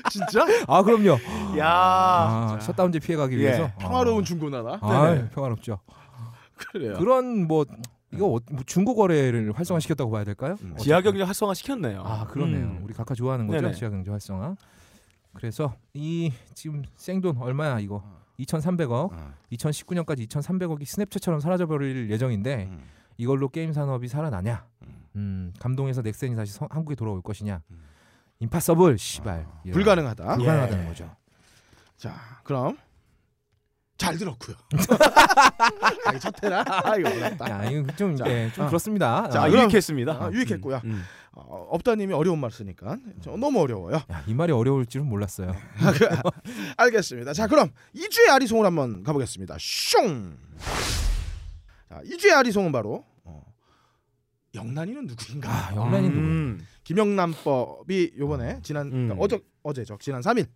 진짜
아 그럼요.
야.
아, 셧다운제 피해가기
예.
위해서
평화로운
어.
중고나라.
아,
네네.
평화롭죠.
예.
그래요.
그런 뭐 이거 어, 뭐 중고 거래를 활성화시켰다고 봐야 될까요?
음.
어쨌든.
지하 경제 활성화 시켰네요.
아 그러네요.
음.
우리 각하 좋아하는 거죠
네네.
지하경제 활성화. 그래서 이 지금 생돈 얼마야 이거? 2,300억.
어.
2019년까지 2,300억이 스냅챗처럼 사라져버릴 예정인데
음.
이걸로 게임 산업이 살아나냐?
음.
음, 감동에서 넥센이 다시 서- 한국에 돌아올 것이냐?
음.
임파서블 시발.
아,
예.
불가능하다.
불가능하다는 거죠.
자, 그럼 잘 들었고요. 자기 첫 해라. 아, 이거 몰랐다.
야, 이거 좀
자,
예, 좀
아.
그렇습니다.
자,
아,
그럼-
유익했습니다.
아, 유익했고요.
음, 음.
어, 업다님이 어려운 말 쓰니까 저 너무 어려워요.
야, 이 말이 어려울 줄은 몰랐어요.
아, 그, 알겠습니다. 자, 그럼 2주의 아리송을 한번 가보겠습니다. 슝. 자, 2주의 아리송은 바로 어, 영란이는 누구인가?
아, 영란이 누구?
음.
김영란법이 요번에 지난
음.
그러니까 어저 어제죠. 지난 3일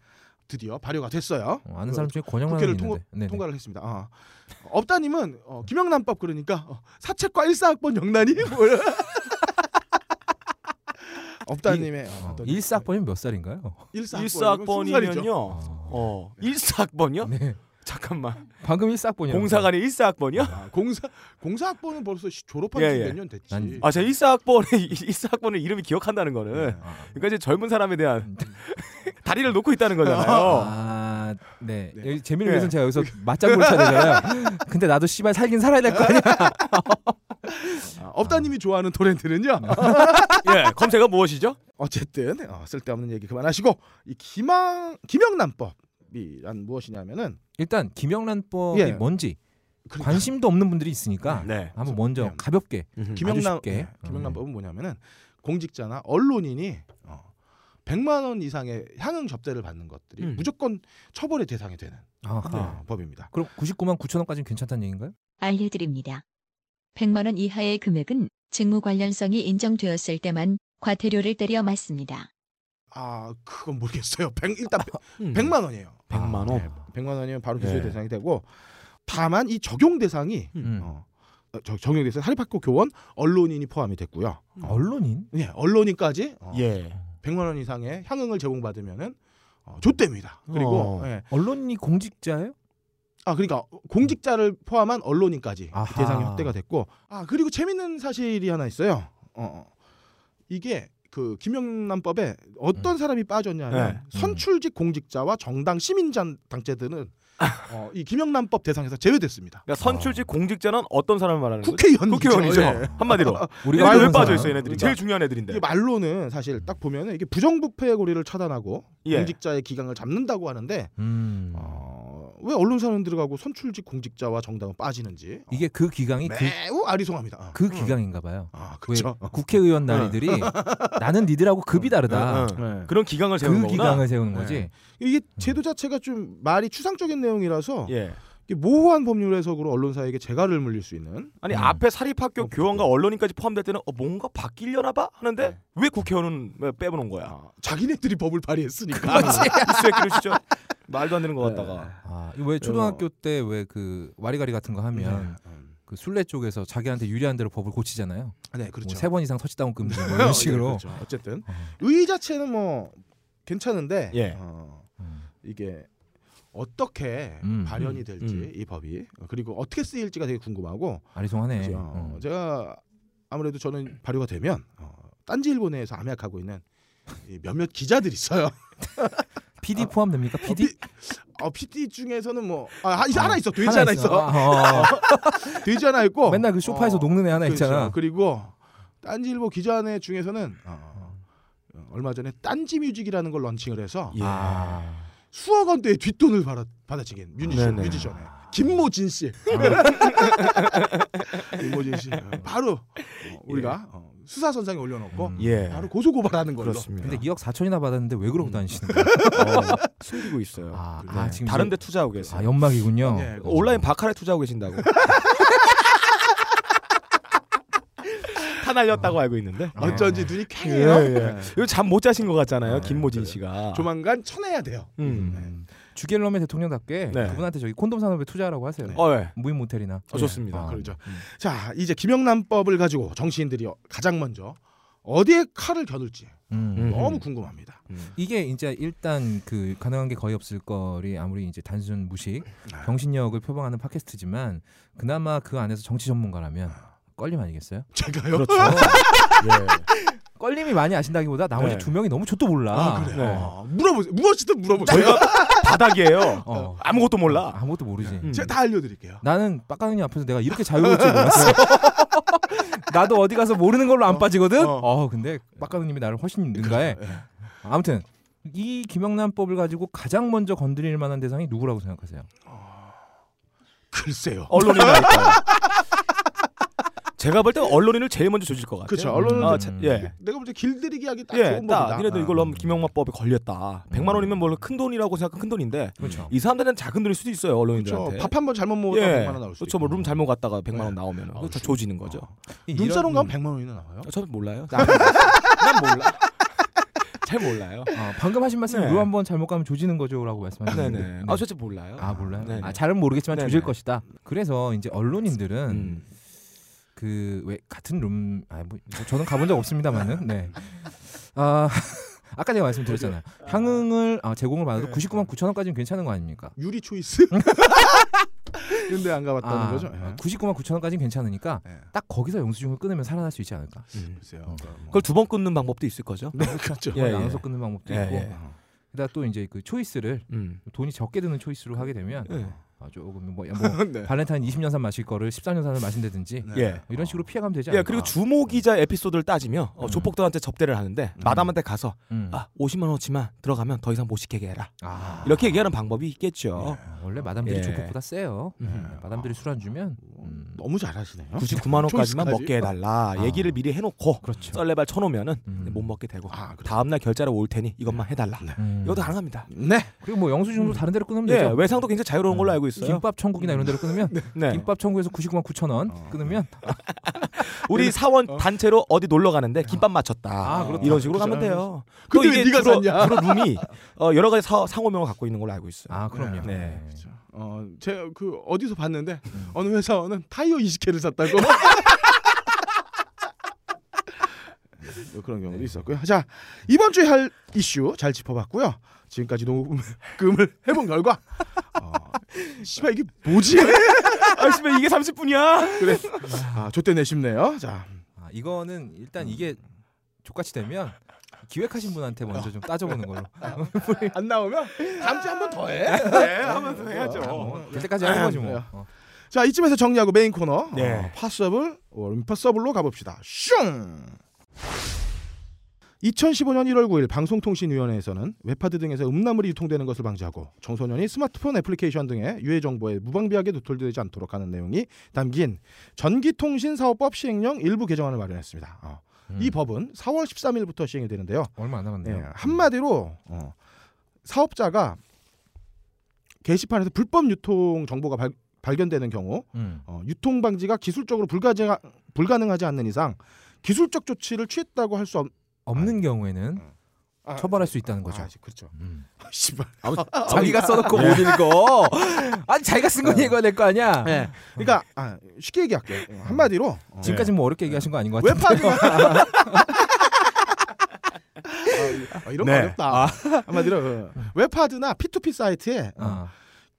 드디어 발효가 됐어요.
어, 아는 사람 중에 권영란이
국회를
있는데. 네네.
통과를 했습니다. 아. 업다님은 어, 김영란법 그러니까 어, 사책과 일사학번 영란이 뭐야? 업다님의 어,
어,
어떤
일사학번이면 몇 살인가요?
일사학번이면 순살이죠.
일사학번이면요.
어.
어, 일사학번이요?
네.
잠깐만.
방금 일사학번이요.
공사관의 일사학번이요?
아, 공사 공사학번은 벌써 시- 졸업한
예,
지
예.
몇 년 됐지.
난-
아, 제가 일사학번의 일사학번을 이름이 기억한다는 거는
아,
그러니까 이제 젊은 사람에 대한
음.
다리를 놓고 있다는 거잖아요.
아, 네.
네.
여기 재미를
네.
위해서 제가 여기서 맞장구를 쳐야 되잖아요. 근데 나도 씨발 살긴 살아야 될 거 아니야.
아, 업다님이 좋아하는 토렌트는요.
예, 검색어 무엇이죠?
어쨌든 어, 쓸데없는 얘기 그만하시고 이 김항 김영란법이란 무엇이냐면은
일단 김영란법이
예.
뭔지
그러니까
관심도 없는 분들이 있으니까
네. 음.
한번 먼저
그냥
가볍게
김영란
쉽게.
예, 김영란법은 뭐냐면은 공직자나 언론인이 어, 100만 원 이상의 향응 접대를 받는 것들이
음.
무조건 처벌의 대상이 되는
아하.
어, 법입니다.
네. 그럼 99만 9천 원까지는 괜찮다는 얘기인가요?
알려드립니다. 100만 원 이하의 금액은 직무 관련성이 인정되었을 때만 과태료를 때려 맞습니다.
아 그건 모르겠어요. 100, 일단
음.
100만 원이에요.
백만
아,
원.
네.
100만 원이면 바로 기소의
예.
대상이 되고 다만 이 적용 대상이
음.
어, 저, 적용 대상 사립학교 교원 언론인이 포함이 됐고요.
언론인?
예, 언론인까지 어,
예.
100만 원 이상의 향응을 제공받으면은 어, 좆됩니다. 그리고
어.
예.
언론이 공직자예요?
아 그러니까 공직자를 포함한 언론인까지 그
아하.
대상이 확대가 됐고 아 그리고 재밌는 사실이 하나 있어요. 어, 어. 이게 그 김영란법에 어떤 사람이 빠졌냐면
네.
선출직 공직자와 정당 시민단 당체들은 어, 이 김영란법 대상에서 제외됐습니다.
그러니까 선출직 공직자는 어떤 사람을 말하는 거죠?
국회의원
국회의원이죠. 네.
예.
한마디로. 얘네들
우리가
왜
하는
빠져 있어
사람.
얘네들이? 제일 중요한 애들인데.
이게 말로는 사실 딱 보면 이게 부정부패의 고리를 차단하고
예.
공직자의 기강을 잡는다고 하는데
음.
어, 왜 언론 사는 들어가고 선출직 공직자와 정당은 빠지는지 어,
이게 그 기강이 그,
매우 아리송합니다. 어.
그 기강인가 봐요.
아
왜
그렇죠.
국회의원 나리들이 나는 니들하고 급이 다르다.
응, 응. 그런 기강을 세우는
그
거구나.
기강을 세우는 거지.
네. 이게 제도 자체가 좀 말이 추상적인 내용이라서
예.
이게 모호한 법률 해석으로 언론사에게 재갈을 물릴 수 있는
아니
음.
앞에 사립학교
어,
교원과 언론인까지 포함될 때는 어, 뭔가 바뀌려나 봐 하는데
네.
왜 국회의원은 왜 빼보는 거야?
아, 자기네들이 법을 발의했으니까
이 새끼를 진짜 말도 안 되는 것 같다가.
아, 이거 왜 초등학교 때 왜 그 와리가리 같은 거
네.
하면 그 술래 쪽에서 자기한테 유리한 대로 법을 고치잖아요.
음. 네 그렇죠.
뭐세번 이상 터치다운 금지 뭐
어,
이런
네,
식으로.
그렇죠. 어쨌든
어.
의 자체는 뭐 괜찮은데
예.
어,
음.
이게 어떻게
음.
발현이 될지
음.
이 법이 그리고 어떻게 쓰일지가 되게 궁금하고
아리송하네.
그죠?
어.
제가 아무래도 저는 발효가 되면 어, 딴지일보 내에서 암약하고 있는 이 몇몇 기자들이 있어요.
PD 포함됩니까? PD
아, 어, PD 중에서는 뭐 아, 하- 하나 있어 돼지 하나, 있어,
아, 어.
돼지 하나 있고
맨날 그 소파에서
어,
녹는 애 하나
그렇죠.
있잖아.
그리고 딴지일보 기자네 중에서는 어, 어, 얼마 전에 딴지뮤직이라는 걸 런칭을 해서
예.
아.
수억 원대의 뒷돈을 받아 받아치긴 뮤지션
네네.
뮤지션에 김모진 씨
아,
김모진 씨 바로 어, 우리가 어, 수사 선상에 올려놓고
음.
예.
바로 고소 고발하는 걸로
그렇습니다.
근데 2억 4천이나 받았는데 왜
음.
그러고 다니시는 거야?
어, 숨기고 있어요.
아,
그,
네.
아 지금
다른
이제-
데 투자하고 계세요.
아 연막이군요.
예,
어, 온라인 바카에 투자하고 계신다고. 타 날렸다고 알고 있는데.
어쩐지 눈이
예,
쾌해요.
예. 요즘 잠못 자신 것 같잖아요,
네,
김모진
그래요.
씨가.
조만간 쳐내야 돼요.
음.
음. 주겔럼의 대통령답게
네.
그분한테 저기 콘돔 산업에 투자하라고 하세요.
네.
어, 예.
무인 모텔이나.
어, 좋습니다.
아.
그렇죠.
음.
자 이제 김영란법을 가지고 정치인들이 가장 먼저 어디에 칼을 겨눌지
음.
음.
너무 궁금합니다.
이게 이제 일단 그 가능한 게 거의 없을 거리 아무리 이제 단순 무식
아.
병신력을 표방하는 팟캐스트지만 그나마 그 안에서 정치 전문가라면 껄림 아니겠어요?
제가요.
그렇죠. 예.
껄림이 많이 아신다기보다 나머지
네.
두 명이 너무 좆도 몰라.
아, 그래요.
네.
어, 물어보세요. 무엇이든 물어보세요.
저희가 바닥이에요.
어.
아무것도 몰라.
아무것도 모르지.
음.
제가 다 알려드릴게요.
나는 빡가능이 앞에서 내가 이렇게 자유로울 줄 몰랐어. 나도 어디 가서 모르는 걸로 안 빠지거든.
어.
어, 근데 빡가능님이 나를 훨씬 능가해.
예.
아무튼 이 김영란법을 가지고 가장 먼저 건드릴 만한 대상이 누구라고 생각하세요?
글쎄요.
어, 언론인이니까. 제가 볼 때 언론인을 제일 먼저 조질 것 같아요.
그쵸,
음.
언론은 어,
아, 자, 예.
내가 볼때 길들이기 하기 딱
예,
좋은
딱
법이다. 음.
니네들
아.
이걸로 하면 김영만법에 걸렸다. 100만 원이면 물론 큰 돈이라고 생각한 큰 돈인데
그렇죠.
이 사람들은 작은 돈일 수도 있어요 언론인들한테.
그렇죠. 밥 한 번 잘못 먹었다 100만 원 나올 수
그렇죠.
있고.
뭐룸 잘못 갔다가 100만 원
네.
나오면
아우, 음. 아,
그거 다
씨. 어. 네.
조지는 거죠.
이
눈사롱
이런-
가면 100만 원이나 나와요.
어, 저는 몰라요.
나-
난 몰라. 잘 몰라요.
아, 방금 하신 말씀
네.
요 한번 잘못 가면 조지는 거죠라고 말씀하셨는데.
네네.
네.
아, 저 진짜 몰라요.
아 몰라요.
네네.
아 잘은 모르겠지만
네네.
조질 것이다. 그래서 이제 언론인들은
음.
그 왜 같은 룸, 아뭐 저는 가본 적 없습니다만은. 네. 아 아까 제가 말씀드렸잖아요. 향응을 아, 제공을
네.
받아도 99만 9천 원까지는 괜찮은 거 아닙니까?
유리 초이스.
음.
근데 안 가봤다는
아,
거죠. 예.
99만 9천 원까지는 괜찮으니까
예.
딱 거기서 영수증을 끊으면 살아날 수 있지 않을까?
음.
글쎄요. 그럼 뭐.
그걸 두 번 끊는 방법도 있을 거죠.
네, 그렇죠.
예,
예,
예.
나눠서 끊는 방법도
예,
있고.
예.
그다음 또 이제 그 초이스를
음.
돈이 적게 드는 초이스로 하게 되면
예.
아, 조금 뭐, 뭐
네.
발렌타인 20년산 마실 거를 13년산을 마신다든지 뭐
네.
예.
이런 식으로 피해가면 되지 않을까?
예, 그리고 주모 기자 에피소드를 따지며 어,
음.
조폭들한테 접대를 하는데 마담한테 가서
음.
아 50만 원어치만 들어가면 더 이상 못 시키게 해라
아,
이렇게 얘기하는 방법이 있겠죠.
아, 원래 마담들이
예.
조폭보다 세요.
음. 어,
네, 마담들이 술 안 주면
아, 뭐.
음.
너무 잘하시네요.
99만 원까지만
초이스까지?
먹게 해달라
아.
얘기를 미리 해놓고
그렇죠.
썰레발 쳐놓으면은
음.
못 먹게 되고
아, 그렇죠.
다음날 결제로 올 테니 이것만 해달라.
음.
이것도 가능합니다.
네.
그리고 뭐 영수증도 다른 데로 끊으면
예,
되죠.
외상도 굉장히 자유로운 걸로 알고 있어요.
김밥 천국이나 이런 데로 끊으면
네.
김밥 천국에서 99만 9천 원
어.
끊으면
우리 사원 단체로 어디 놀러 가는데 김밥 맞췄다.
어,
음.
아, 그렇다.
이런 식으로 가면
그죠.
돼요.
근데
또
왜
이게
네가
주로,
샀냐?
주로 룸이 어, 여러 가지 사, 상호명을 갖고 있는 걸로 알고 있어요.
아 그럼요.
네.
그렇죠. 어, 제가 그 어디서 봤는데 어느 회사원은 타이어 20개를 샀다고. 음, 뭐 그런 경우도 있었고요. 자 이번 주에 할 이슈 잘 짚어봤고요. 지금까지 녹음을 해본 결과, 어, 씨발 이게 뭐지?
아, 씨발 이게 30분이야.
그래, 아, 좆대 내쉽네요. 자,
음.
아, 이거는 일단 이게 족같이 되면 기획하신 분한테 먼저 좀 따져보는 걸로.
안 나오면 다음 주에 한 번 더 해.
네, 한번더
아,
해야죠.
뭐, 될 때까지 하는 거지 뭐.
네.
어.
자 이쯤에서 정리하고 메인 코너
네.
어, 파서블 어, 임파서블로 가봅시다. 슝. 2015년 1월 9일 방송통신위원회에서는 웹하드 등에서 음란물이 유통되는 것을 방지하고 청소년이 스마트폰 애플리케이션 등의 유해 정보에 무방비하게 노출되지 않도록 하는 내용이 담긴 전기통신사업법 시행령 일부 개정안을 마련했습니다. 어,
음.
이 법은 4월 13일부터 시행이 되는데요.
얼마 안 남았네요.
예, 한마디로 어, 사업자가 게시판에서 불법 유통 정보가 발, 발견되는 경우
음.
어, 유통 방지가 기술적으로 불가제, 불가능하지 않는 이상 기술적 조치를 취했다고 할 수 없.
없는 경우에는
아,
처벌할
네.
수 있다는 거죠.
아, 그렇죠.
음.
씨발.
자기가 써놓고 못 읽어. 아, 예. 아니 자기가 쓴 건 읽어야 될 거 아니야.
예. 그러니까 아, 쉽게 얘기할게요. 어, 한마디로 어,
지금까지 뭐 어렵게 얘기하신 거 아닌 것 같아요.
웹하드가 아, 이런
네.
거 어렵다. 한마디로 어, 웹하드나 P2P 사이트에
아,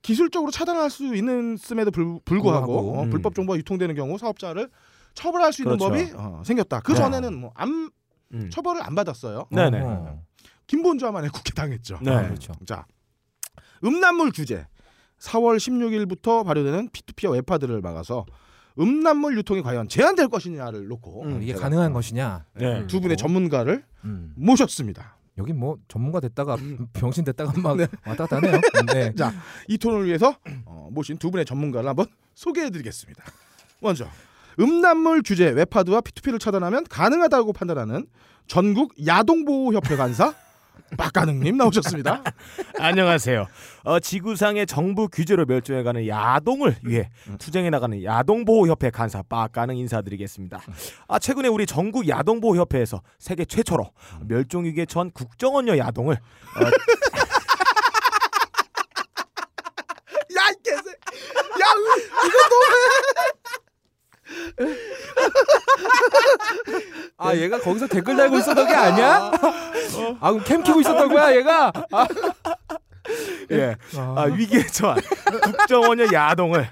기술적으로 차단할 수 있는 음에도 불,
불구하고,
불구하고 어,
음.
불법 정보가 유통되는 경우 사업자를 처벌할 수 있는
그렇죠.
법이 어, 생겼다. 그 전에는 뭐 안
음.
처벌을 안 받았어요.
네네.
어.
김본주와만의 국회 당했죠.
네.
아, 그렇죠.
자, 음란물 규제 4월 16일부터 발효되는 P2P와 웹하드를 막아서 음란물 유통이 과연 제한될 것이냐를 놓고
음,
어,
이게
제가
가능한 것이냐.
네.
두 분의 전문가를
음.
모셨습니다.
여기 뭐 전문가 됐다가 병신 됐다가 막 왔다 갔다 하네요. 네.
자, 이 톤을 위해서 어, 모신 두 분의 전문가를 한번 소개해드리겠습니다. 먼저 음란물 규제 웹하드와 P2P를 차단하면 가능하다고 판단하는 전국 야동보호협회 간사 빡가능님 나오셨습니다.
안녕하세요. 어, 지구상의 정부 규제로 멸종해가는 야동을 위해 투쟁해 나가는 야동보호협회 간사 빠까는 인사드리겠습니다. 아, 최근에 우리 전국 야동보호협회에서 세계 최초로 멸종 위기에 처한 국정원녀 야동을
야, 이 개새. 야, 으, 이거
아 얘가 거기서 댓글 달고 있었던 게 아니야? 아 그럼 캠 키고 있었던 거야 얘가? 아,
예, 아, 위기에 처한 국정원녀 야동을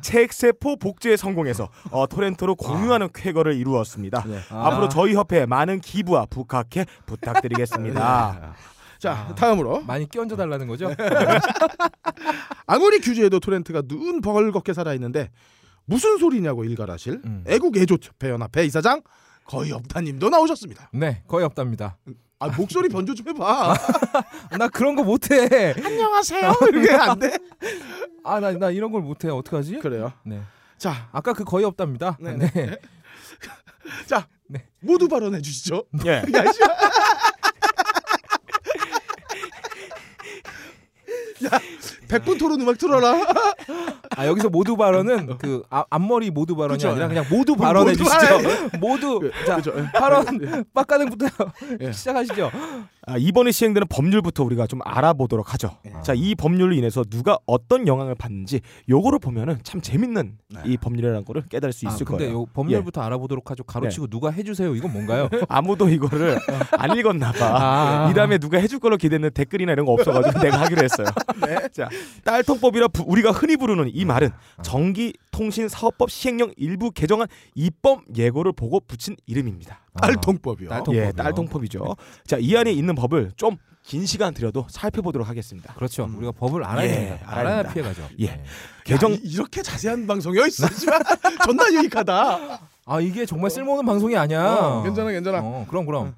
책세포 복제에 성공해서 어, 토렌토로 공유하는 쾌거를 이루었습니다.
아.
앞으로 저희 협회에 많은 기부와 북학회 부탁드리겠습니다.
자, 다음으로
많이 끼얹어 달라는 거죠?
아무리 규제해도 토렌트가 눈 벌겋게 살아있는데 무슨 소리냐고 일갈하실
음.
애국 애조협회 연합회 이사장 거의 없다님도 나오셨습니다.
네 거의 없답니다.
아 목소리 변조 좀 해봐.
나 그런 거 못해.
안녕하세요. 이게 안 돼.
아 나 나 이런 걸 못해. 어떡하지?
그래요.
네.
자,
아까 그 거의 없답니다.
네,
네.
네. 자
네.
모두 발언해 주시죠.
예.
야, 씨. 야, 백분 토론 음악 틀어라.
아 여기서 모두 발언은 그 아, 앞머리 모두 발언이
그쵸.
아니라 그냥 모두 발언해
모두
주시죠. 모두 자
그죠? 예.
발언 빡가능부터
예.
시작하시죠.
아, 이번에 시행되는 법률부터 우리가 좀 알아보도록 하죠.
네.
자, 이 법률로 인해서 누가 어떤 영향을 받는지 요거를 보면은 참 재밌는 이 법률이라는 거를 깨달을 수
네. 아,
있을
근데
거예요. 예.
요 법률부터 알아보도록 하죠. 가로치고 누가 해주세요. 이건 뭔가요?
아무도 이거를 안 읽었나 봐.
어. 아.
예, 이 다음에 누가 해줄 걸로 기대했는데 댓글이나 이런 거 없어가지고 내가 하기로 했어요.
네.
자, 딸통법이라 부- 우리가 흔히 부르는 이 말은 전기통신사업법 시행령 일부 개정안 입법 예고를 보고 붙인 이름입니다.
알통법이요.
딸통-
예,
통법이요.
딸통법이죠. 자, 이 안에 있는 법을 좀 긴 시간 들여도 살펴보도록 하겠습니다.
그렇죠. 우리가 법을 알아야
예,
됩니다.
알아야
알아야
됩니다.
피해가죠.
예.
네.
개정
야, 이- 이렇게 자세한 방송이요, 있어. 존나 유익하다.
아 이게 정말 쓸모없는 방송이 아니야.
어, 괜찮아, 괜찮아.
어, 그럼 그럼.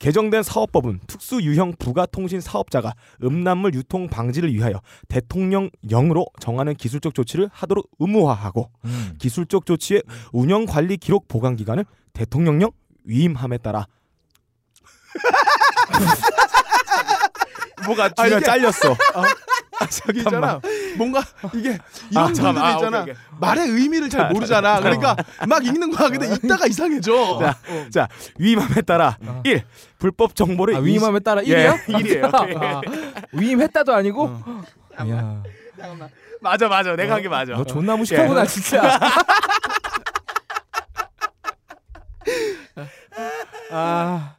개정된 사업법은 특수 유형 부가통신 사업자가 음란물 유통 방지를 위하여 대통령령으로 정하는 기술적 조치를 하도록 의무화하고
음.
기술적 조치의 운영 관리 기록 보관 기간을 대통령령 위임함에 따라 뭐가
아,
중간
이게-
잘렸어.
저기 있잖아. 뭔가 이게 이런
아, 잠깐만.
분들
아,
있잖아.
오케이,
말의 의미를 잘 모르잖아. 그러니까 막 읽는 거야. 근데 읽다가 이상해져. 아,
자, 뭐. 자, 위임함에 따라
아.
일 불법 정보를
아, 위임함에 따라
인식- 예,
1이요?
어. 일이에요. 어.
아, 위임했다도 아니고. 야,
맞아 맞아. 내가 한 게 맞아.
너 존나
예.
무식하구나 진짜. 아,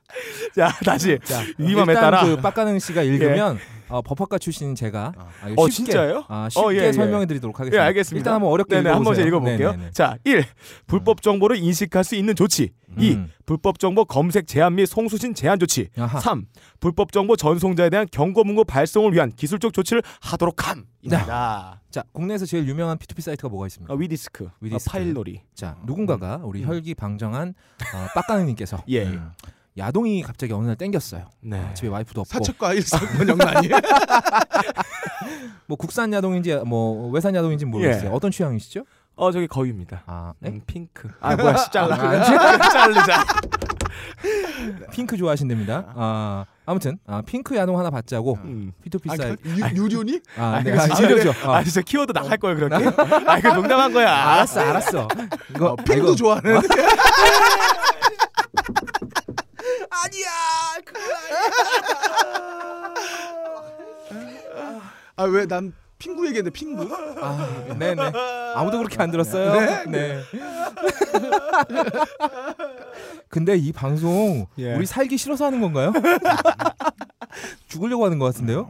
자, 다시 위임함에
일단
따라
그 빡가능 씨가 그 읽으면 어, 법학과 출신 제가 아, 이거
예. 어,
쉽게,
진짜요?
아, 쉽게
예, 예.
설명해드리도록 하겠습니다.
예, 알겠습니다.
일단 한번 어렵게
네네, 한
읽어보세요.
번씩 읽어볼게요.
네네네.
자, 1. 불법 정보를 인식할 수 있는 조치. 2.
음.
불법 정보 검색 제한 및 송수신 제한 조치.
아하.
3. 불법 정보 전송자에 대한 경고 문구 발송을 위한 기술적 조치를 하도록 함입니다.
자, 국내에서 제일 유명한 P2P 사이트가 뭐가 있습니까?
아, 위디스크,
네. 위디스크.
아, 파일놀이.
자, 누군가가 우리
음.
혈기 방정한 어, 빡가능님께서 음,
예.
야동이 갑자기 어느 날 땡겼어요.
네.
집에 와이프도 없고
사채과 일사건 영란이에요. 아,
뭐 국산 야동인지 뭐 외산 야동인지 모르겠어요.
예.
어떤 취향이시죠?
어 저기 거위입니다.
아, 네?
음, 핑크. 아 뭐야 씨, 잘라.
아,
잘리자.
핑크 좋아하신답니다. 아, 아무튼 아, 핑크 야동 하나 받자고
음.
P2P 사이트
그 유료니?
아, 네.
아,
아, 네? 지려죠. 어.
아 진짜 키워드 나갈 거예요 그렇게? 아 이거 농담한 거야.
알았어, 알았어. 이거
어, 핑도
이거-
좋아하는.
아니야 그건 아니야.
아 왜 난 핑구 얘기했는데 핑구?
아, 네, 네. 아무도 그렇게 안 들었어요. 네. 근데 이 방송
예.
우리 살기 싫어서 하는 건가요? 죽으려고 하는 것 같은데요.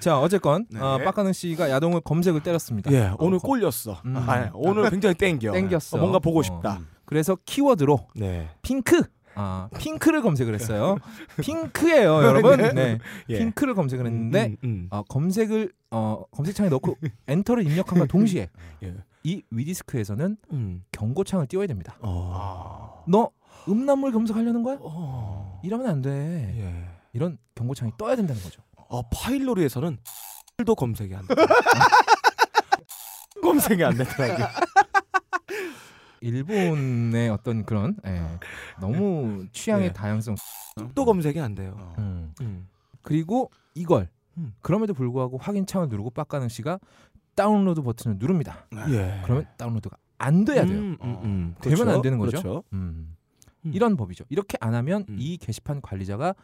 자, 어쨌건
네.
어, 빡가능 씨가 야동을 검색을 때렸습니다.
예 오늘
어, 거-
꼴렸어.
음.
아, 오늘 굉장히 땡겨.
땡겼어.
어, 뭔가 보고
어.
싶다.
그래서 키워드로
네.
핑크. 아, 핑크를 검색을 했어요. 핑크예요, 여러분. 네.
예.
핑크를 검색을 했는데
음, 음.
어, 검색을 어, 검색창에 넣고 엔터를 입력함과 동시에
예.
이 위디스크에서는
음.
경고창을 띄워야 됩니다.
어.
너 음란물 검색하려는 거야?
어.
이러면 안 돼.
예.
이런 경고창이 떠야 된다는 거죠.
어 파일로리에서는 도 검색이 안 돼. 검색이 안 되더라고요.
일본의 어떤 그런 예, 너무 취향의
예.
다양성.
또 검색이 안
어.
돼요.
음.
음.
그리고 이걸
음.
그럼에도 불구하고 확인창을 누르고 빡가능 씨가 다운로드 버튼을 누릅니다.
네.
예.
그러면 다운로드가 안 돼야 돼요.
음, 음, 음.
되면
그렇죠.
안 되는 거죠.
그렇죠.
음.
음.
이런 법이죠. 이렇게 안 하면
음.
이 게시판 관리자가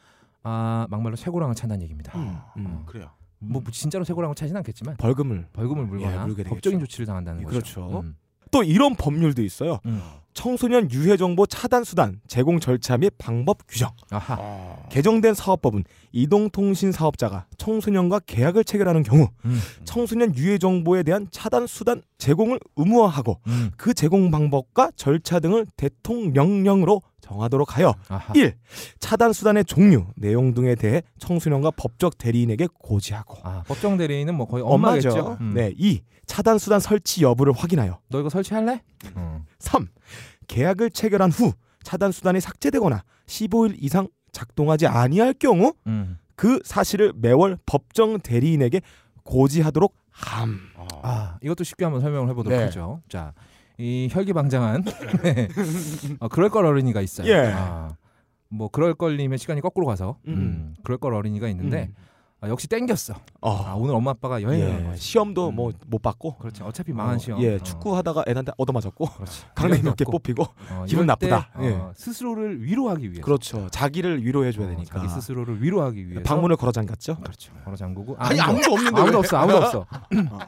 아 막말로 쇠고랑을 찬다는 얘기입니다.
음.
그래요.
뭐 진짜로 쇠고랑을 차진 않겠지만
벌금을
벌금을 물거나
예, 물게 되겠죠.
법적인 조치를 당한다는
예,
거죠.
그렇죠. 아.
음.
또 이런 법률도 있어요.
음.
청소년 유해 정보 차단 수단 제공 절차 및 방법 규정.
아하.
개정된 사업법은 이동통신 사업자가 청소년과 계약을 체결하는 경우
음.
청소년 유해 정보에 대한 차단 수단 제공을 의무화하고
음.
그 제공 방법과 절차 등을 대통령령으로 정하도록 하여
아하.
1. 차단 수단의 종류, 내용 등에 대해 청소년과 법적 대리인에게 고지하고
아, 법정 대리인은 뭐 거의 엄마겠죠.
엄마죠.
음.
네, 2. 차단 수단 설치 여부를 확인하여
너 이거 설치할래?
음.
어.
3. 계약을 체결한 후 차단 수단이 삭제되거나 15일 이상 작동하지 아니할 경우
음.
그 사실을 매월 법정 대리인에게 고지하도록 함.
아, 이것도 쉽게 한번 설명을 해보도록
네.
하죠. 자, 이 혈기방장한 네. 어, 그럴 걸 어린이가 있어요.
예.
아, 뭐 그럴 걸리면 시간이 거꾸로 가서 음.
음.
그럴 걸 어린이가 있는데
음.
아, 역시 땡겼어. 아,
어.
오늘 엄마 아빠가 여행을 간
예.
거지.
시험도
음.
뭐 못 받고.
그렇지. 어차피 망한
어,
시험.
예,
어,
축구하다가 애한테 얻어맞았고
그렇지.
강냉이 몇개
이래갖고,
뽑히고.
어,
기분
이럴 때,
나쁘다.
어,
예.
스스로를 위로하기 위해서.
그렇죠. 자기를 위로해 음. 줘야
어,
되니까. 예.
자기 스스로를 위로하기 위해서.
방문을 걸어 잠갔죠?
그렇죠. 바로 잠그고. 아,
아니
이거.
아무도 없는데
아무도
왜?
없어 아무도 없어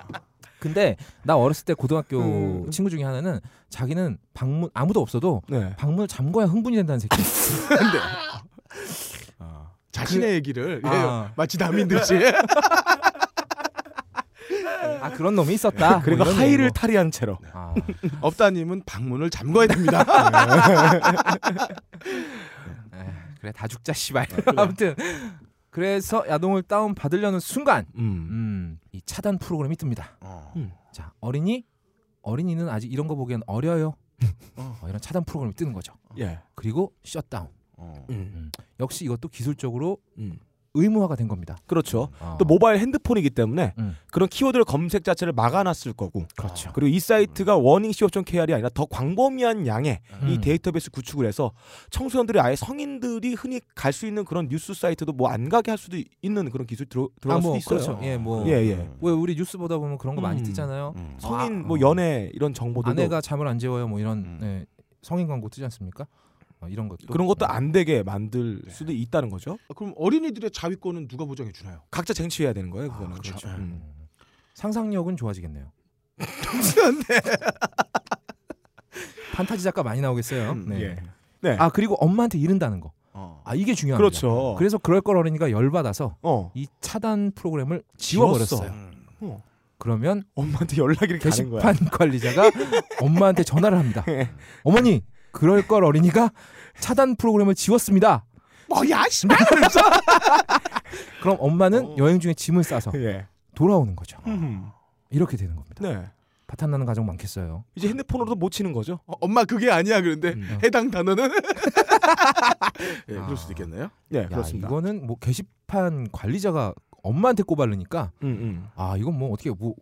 근데 나 어렸을 때 고등학교
음.
친구 중에 하나는 자기는 방문 아무도 없어도
네.
방문을 잠궈야 흥분이 어. 된다는 새끼
자신의
그-
얘기를 예,
아.
마치 남인 듯이
아 그런 놈이 있었다
예, 그리고
뭐 이런
하이를
거.
탈의한 채로.
아,
없다님은 방문을 잠궈야 됩니다.
에, 예, 그래 다 죽자 씨발
네.
아무튼 그래서 야동을 다운 받으려는 순간
음.
음, 이 차단 프로그램이 뜹니다
어,
자 어린이 어린이는 아직 이런 거 보기엔 어려요 어, 이런 차단 프로그램이 뜨는 거죠
예.
그리고 셧다운
어.
음.
역시 이것도 기술적으로
음.
의무화가 된 겁니다
그렇죠.
어.
또 모바일 핸드폰이기 때문에
음.
그런 키워드를 검색 자체를 막아놨을 거고
그렇죠
그리고 이 사이트가 warning.co.kr이 아니라 더 광범위한 양의 이
음.
데이터베이스 구축을 해서 청소년들이 아예 성인들이 흔히 갈 수 있는 그런 뉴스 사이트도 뭐 안 가게 할 수도 있는 아, 그런 기술이 들어, 들어갈
뭐,
수도 있어요.
그렇죠. 예, 뭐.
예, 예.
왜 우리 뉴스 보다 보면 그런 거 많이
음.
뜨잖아요.
성인
아,
뭐
어.
연애 이런 정보들도
아내가 잠을 안 재워요. 뭐 이런
음.
네, 성인 광고 뜨지 않습니까? 어, 이런 것도
그런 것도 안 되게 만들
네.
수도 있다는 거죠.
아, 그럼 어린이들의 자위권은 누가 보장해 주나요?
각자 쟁취해야 되는 거예요, 그거는.
아, 그렇죠.
음.
음. 상상력은 좋아지겠네요. 판타지 작가 많이 나오겠어요.
음,
네.
예. 네.
아 그리고 엄마한테 이른다는 거.
어.
아 이게 중요합니다.
그렇죠.
그래서 그럴 걸 어린이가 열받아서
어.
이 차단 프로그램을
지웠어.
지워버렸어요.
음.
어.
그러면
엄마한테 연락이 가는 거야.
게시판 관리자가 엄마한테 전화를 합니다. 어머니, 그럴 걸 어린이가 차단 프로그램을 지웠습니다. 네.
뭐야 씨.
그럼 엄마는
어.
여행 중에 짐을 싸서
예.
돌아오는 거죠.
음.
이렇게 되는 겁니다.
네.
파탄나는 가정 많겠어요.
이제 핸드폰으로도 못 치는 거죠.
어, 엄마 그게 아니야 그런데
음.
해당 단어는 예, 그럴 수도
아.
있겠네요.
네,
야,
그렇습니다.
이거는 뭐 게시판 관리자가 엄마한테 꼬발르니까
음, 음.
아 이건 뭐 어떻게 뭐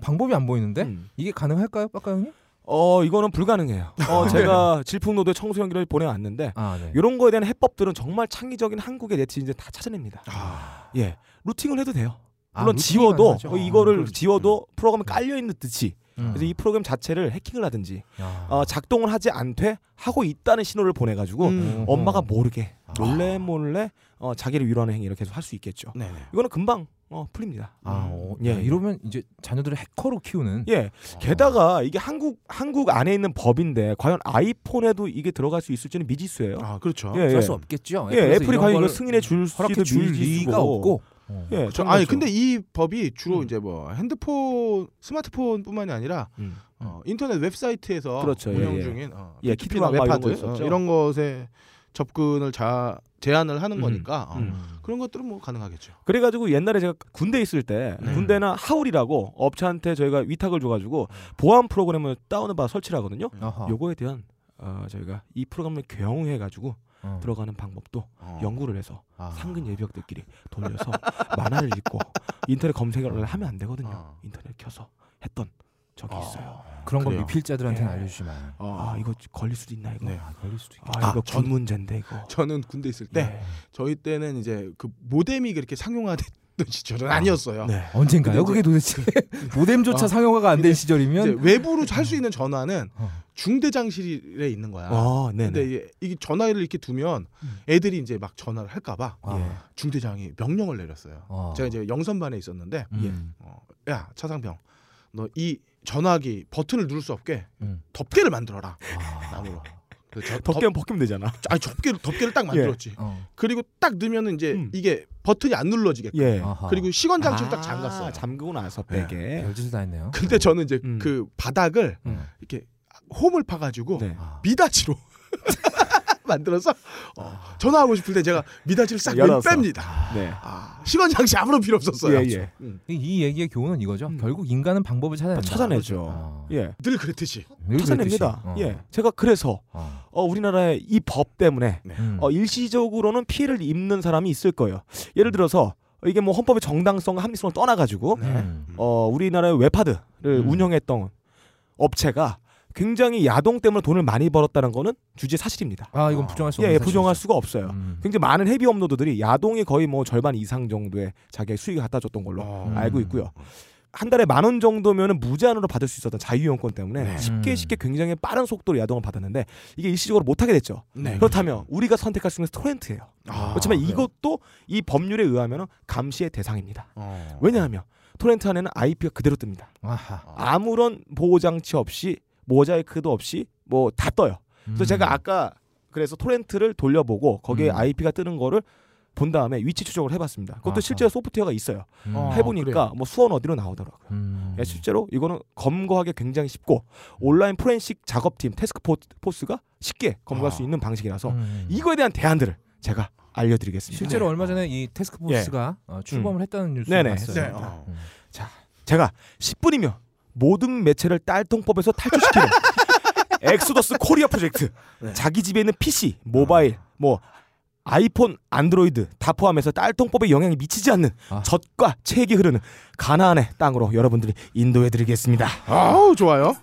방법이 안 보이는데
음.
이게 가능할까요, 빡가 형님?
어, 이거는 불가능해요. 어, 제가 질풍노도에 청소년기를 보내왔는데
아 네.
이런 거에 대한 해법들은 정말 창의적인 한국의 네티즌들 다 찾아냅니다.
아,
예, 루팅을 해도 돼요.
아,
물론
루팅이
지워도
가능하죠. 아,
어, 이거를
그렇죠.
지워도 프로그램에 깔려 있는 듯이
음.
그래서 이 프로그램 자체를 해킹을 하든지
야.
어, 작동을 하지 않되 하고 있다는 신호를 보내가지고
음.
엄마가 모르게
아.
몰래 몰래 어, 자기를 위로하는 행위를 계속 할 수 있겠죠.
네네.
이거는 금방 어, 풀립니다.
아, 어,
예.
야, 이러면 이제 자녀들을 해커로 키우는
예,
아.
게다가 이게 한국 한국 안에 있는 법인데 과연 아이폰에도 이게 들어갈 수 있을지는 미지수예요.
아 그렇죠.
예, 예.
할수 없겠죠.
예,
그래서
애플이
이런
과연
걸 음,
이걸 승인해 줄
허락해
수도
줄 리가
미지수고.
없고. 어.
예, 정말
저, 그렇죠. 아니
좀-
근데 이 법이 주로
음.
이제 뭐 핸드폰, 스마트폰뿐만이 아니라
음.
어, 인터넷 웹사이트에서
그렇죠,
운영
예, 예.
중인 어,
예, 키트나
PPP나
막 이런
웹하드
거
이런,
있었죠.
이런 것에 접근을 자, 제한을 하는
음.
거니까 어,
음.
그런 것들은 뭐 가능하겠죠.
그래가지고 옛날에 제가 군대 있을 때
네.
군대나 하울이라고 업체한테 저희가 위탁을 줘가지고 보안 프로그램을 다운을 받아 설치를 하거든요.
예.
아하.
요거에 대한 어, 저희가 이 프로그램을 경영해가지고
어.
들어가는 방법도
어.
연구를 해서
아.
상근 예비역들끼리 돌려서 만화를 읽고 인터넷 검색을 하면 안 되거든요.
어.
인터넷 켜서 했던 적이 있어요.
그런 걸
그래요.
미필자들한테는
예.
알려주시면
어.
아 이거 걸릴 수도 있나 이거.
네.
아, 걸릴 수도 있겠다.
아 이거
아, 전-
전 문제인데 이거. 예.
저는 네. 군대 있을 때
네.
저희 때는 이제 그 모뎀이 그렇게 상용화됐던 시절은 아니었어요.
네.
언젠가요?
근데
그게 도대체 모뎀조차
아,
상용화가 안 된
이제
시절이면
외부로 할 수 있는 전화는
어.
중대장실에 있는 거야.
아
근데
네네.
이게- 이게 전화를 이렇게 두면 애들이 이제 막 전화를 할까봐
아,
예.
중대장이 명령을 내렸어요.
어.
제가 이제 영선반에 있었는데,
예.
음.
어, 야 차상병, 너 이 전화기 버튼을 누를 수 없게
음.
덮개를 만들어라
아.
나무로. 그래서 저- 덮-
벗기면 벗기면 되잖아.
아니 덮개를 덮개를 딱 만들었지.
예.
어.
그리고 딱 넣으면은 이제
음.
이게 버튼이 안 눌러지게.
예.
아하.
그리고 시건 장치를
아,
딱 잠갔어요.
잠그고 나서
어. 네.
베개.
별짓을 다 했네요.
근데 저는 이제
음.
그 바닥을
음.
이렇게 홈을 파가지고
네.
아.
미닫이로 만들어서 어, 전화하고 싶을 때 제가 미닫이를 싹
열어서.
뺍니다.
네.
아, 시건 장치 아무런 필요 없었어요.
예, 예.
음.
이- 이 얘기의 교훈은 이거죠.
음.
결국 인간은 방법을 찾아낸다.
찾아내죠.
어.
예.
늘 그랬듯이.
늘
찾아냅니다.
그랬듯이. 어.
예. 제가 그래서
어.
어, 우리나라의 이 법 때문에
음.
어, 일시적으로는 피해를 입는 사람이 있을 거예요. 예를 들어서 어, 이게 뭐 헌법의 정당성, 합리성을 떠나가지고
음.
어, 우리나라의 웹하드를
음.
운영했던 업체가 굉장히 야동 때문에 돈을 많이 벌었다는 거는 주제 사실입니다.
아 이건 부정할 수 없는
예, 부정할
사실이죠.
수가 없어요.
음.
굉장히 많은 헤비 업로드들이 야동이 거의 뭐 절반 이상 정도의 자기의 수익을 갖다 줬던 걸로
어.
알고 있고요. 한 달에 만 원 정도면은 무제한으로 받을 수 있었던 자유용권 때문에
네.
음.
쉽게 쉽게 굉장히 빠른 속도로 야동을 받았는데 이게 일시적으로 못하게 됐죠.
네.
그렇다면 우리가 선택할 수 있는 토렌트예요.
아,
그렇지만
그래요?
이것도 이 법률에 의하면 감시의 대상입니다.
어.
왜냐하면 토렌트 안에는 IP가 그대로 뜹니다.
아하.
아무런 보호 장치 없이 모자이크도 없이 뭐 다 떠요. 그래서
음.
제가 아까 그래서 토렌트를 돌려보고 거기에
음.
IP가 뜨는 거를 본 다음에 위치 추적을 해봤습니다. 그것도
아하.
실제로 소프트웨어가 있어요.
음.
어.
해보니까
그래요?
뭐 수원 어디로 나오더라고요.
음.
예, 실제로 이거는 검거하기 굉장히 쉽고 온라인 포렌식 작업팀 테스크포스가 쉽게 검거할
아.
수 있는 방식이라서
음.
이거에 대한 대안들을 제가 알려드리겠습니다.
실제로
네. 예. 음.
얼마 전에 이 테스크포스가 어, 출범을 했다는 뉴스
네네,
봤어요.
네. 어.
음.
제가 10분이면 모든 매체를 딸통법에서 탈출시키는 엑소더스 코리아 프로젝트
네.
자기 집에 있는 PC, 모바일,
아.
뭐 아이폰, 안드로이드 다 포함해서 딸통법의 영향이 미치지 않는
아.
젖과 책이 흐르는 가나안의 땅으로 여러분들이 인도해드리겠습니다.
아우 좋아요.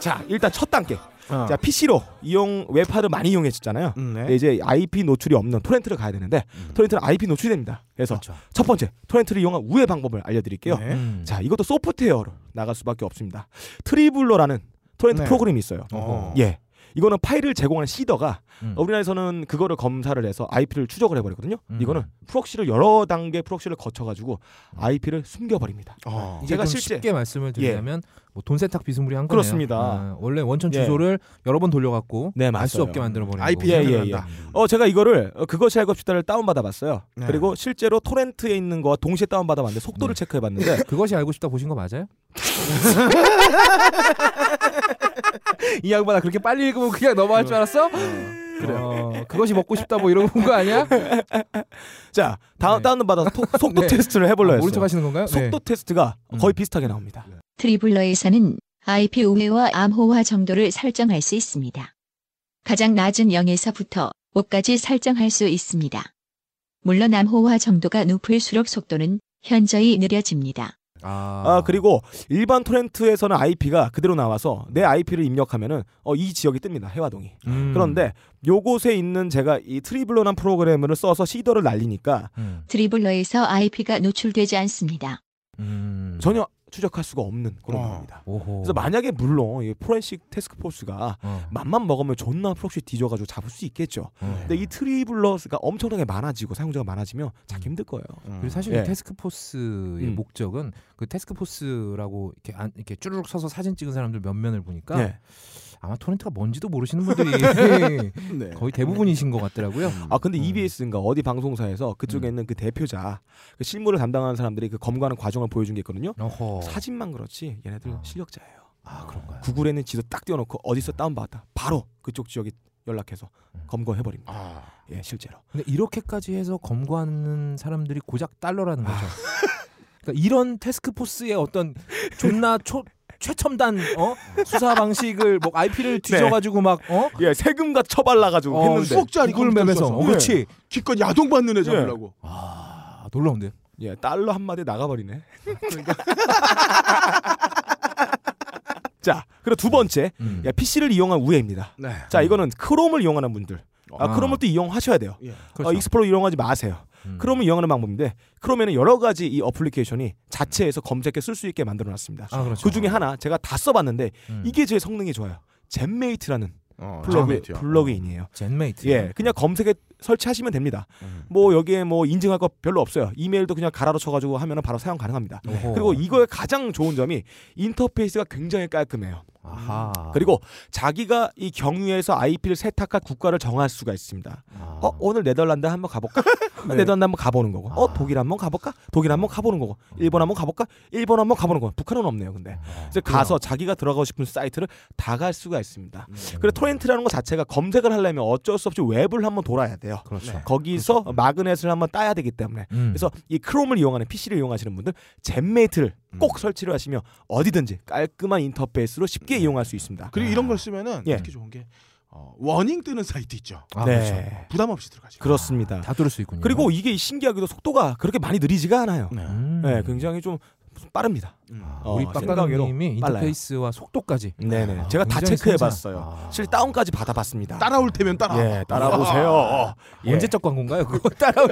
자, 일단 첫 단계.
어.
자, PC로 이용 웹하드 많이 이용했었잖아요.
음, 네. 음.
근데 이제 IP 노출이 없는 토렌트를 가야 되는데 토렌트는 IP 노출이 됩니다. 그래서 첫 번째 토렌트를 이용한 우회 방법을 알려드릴게요.
그렇죠. 네.
음.
자, 이것도 소프트웨어로 나갈 수밖에 없습니다. 트리블러라는 토렌트
네.
프로그램이 있어요.
어.
예. 이거는 파일을 제공하는 시더가
음.
어, 우리나라에서는 그거를 검사를 해서 IP를 추적을 해버리거든요.
음.
이거는 프록시를 여러 단계 프록시를 거쳐가지고
음.
IP를 숨겨버립니다.
어.
이게
제가
좀
실제- 예.
쉽게 말씀을 드리자면 뭐 돈세탁 비스무리 한 거네요.
그렇습니다.
아, 원래 원천
예.
주소를 여러 번 돌려갖고
네,
알 수
맞아요.
없게 만들어 버린
IP
예,
예,
예,
예,
예. 어 제가 이거를 어, 그것이 알고 싶다를 다운받아봤어요.
네.
그리고 실제로 토렌트에 있는 거와 동시에 다운받아봤는데 속도를
네.
체크해봤는데
그것이 알고 싶다 보신 거 맞아요? 이 양반아 그렇게 빨리 읽으면 그냥 넘어갈 줄 알았어?
네.
그래요. 그것이 먹고 싶다 뭐 이런 거 아니야?
자 다운
네.
다운받아서 토- 속도
네.
테스트를 해볼라
모른 척
했어요.
하시는 건가요? 네.
속도 테스트가
음.
거의 비슷하게 나옵니다.
트리블러에서는 IP 우회와 암호화 정도를 설정할 수 있습니다. 가장 낮은 0에서부터 5까지 설정할 수 있습니다. 물론 암호화 정도가 높을수록 속도는 현저히 느려집니다.
아,
아 그리고 일반 토렌트에서는 IP가 그대로 나와서 내 IP를 입력하면은 어, 이 지역이 뜹니다 해화동이.
음.
그런데 요곳에 있는 제가 이 트리블러란 프로그램을 써서 시더를 날리니까
음.
트리블러에서 IP가 노출되지 않습니다.
음.
전혀 추적할 수가 없는 그런
어.
겁니다.
오호.
그래서 만약에 물론 이 포렌식 테스크포스가
어.
맘만 먹으면 존나 프록시 뒤져가지고 잡을 수 있겠죠.
어.
근데 이 트리블러스가 엄청나게 많아지고 사용자가 많아지면 찾기 힘들 거예요.
그리고 사실
예.
이 테스크포스의
음.
목적은 그 테스크포스라고 이렇게 안, 이렇게 쭈르륵 서서 사진 찍은 사람들 몇 면을 보니까
예.
아마 토렌트가 뭔지도 모르시는 분들이
네.
거의 대부분이신 것 같더라고요.
아 근데
음.
EBS인가 어디 방송사에서 그쪽에
음.
있는 그 대표자 그 실무를 담당하는 사람들이 그 검거하는 과정을 보여준 게 있거든요.
어허.
사진만 그렇지 얘네들
어.
실력자예요.
아 그런가요?
구글에는 지도 딱 띄워놓고 어디서 다운받았다 바로 그쪽 지역에 연락해서 검거해버립니다.
아.
예 실제로.
근데 이렇게까지 해서 검거하는 사람들이 고작 달러라는 거죠. 그러니까 이런 테스크포스의 어떤 존나 초 최첨단 어? 수사 방식을 뭐
네.
IP를 뒤져가지고 막 어?
예 세금과 처발라가지고
어,
했는데. 네.
수억짜리
구글 맵에서 어, 그렇지.
네. 기껏 야동 받는 애 잡으려고.
아 놀라운데요.
예 달러 한 마디 나가버리네. 그러니까. 자 그리고 두 번째
음.
야, PC를 이용한 우회입니다.
네.
자 이거는 크롬을 이용하는 분들. 아,
아. 그렇죠.
크롬을 또 이용하셔야 돼요.
예.
어, 익스플로러 이용하지 마세요.
음.
크롬을 이용하는 방법인데 크롬에는 여러 가지 이 어플리케이션이 자체에서 검색해 쓸 수 있게 만들어놨습니다.
아, 그렇죠.
그 중에 하나 제가 다 써봤는데
음.
이게 제일 성능이 좋아요. 젠메이트라는
어,
플러그
장메이트요.
플러그인이에요.
젠메이트.
예, 그냥 검색에 설치하시면 됩니다.
음.
뭐 여기에 뭐 인증할 거 별로 없어요. 이메일도 그냥 가라로 쳐가지고 하면 바로 사용 가능합니다.
오호.
네. 그리고 이거의 가장 좋은 점이 인터페이스가 굉장히 깔끔해요.
아하.
그리고 자기가 이 경유에서 IP를 세탁할 국가를 정할 수가 있습니다.
아.
어 오늘 네덜란드 한번 가볼까? 네덜란드 한번 가보는 거고.
아.
어 독일 한번 가볼까? 독일 한번 가보는 거고. 일본 한번 가볼까? 일본 한번 가보는 거고. 북한은 없네요. 근데
아,
이제 가서 자기가 들어가고 싶은 사이트를 다 갈 수가
음.
있습니다. 그래 토렌트라는 거 자체가 검색을 하려면 어쩔 수 없이 웹을 한번 돌아야 돼요.
그렇죠.
거기서 마그넷을 한번 따야 되기 때문에.
음.
그래서 이 크롬을 이용하는 PC를 이용하시는 분들 젠메이트를
음.
꼭 설치를 하시면 어디든지 깔끔한 인터페이스로
음.
쉽게 이용할 수 있습니다.
그리고 이런 걸 쓰면은
예.
특히 좋은 게 어, 워닝 뜨는 사이트 있죠.
아, 그렇죠. 아,
네.
부담 없이 들어가지.
그렇습니다.
다 뚫을 수 있군요.
그리고 이게 신기하게도 속도가 그렇게 많이 느리지가 않아요.
네.
음.
네, 굉장히 좀 빠릅니다.
음.
아,
어,
우리
생각외로
빡가능님이
빨라요.
인터페이스와 속도까지
네네.
아,
제가 다
굉장히
체크해봤어요.
섬세한- 아.
실 다운까지 받아봤습니다.
따라올 테면 따라. 아.
예, 따라보세요.
아.
어, 예.
언제적 광고인가요? 그거 따라.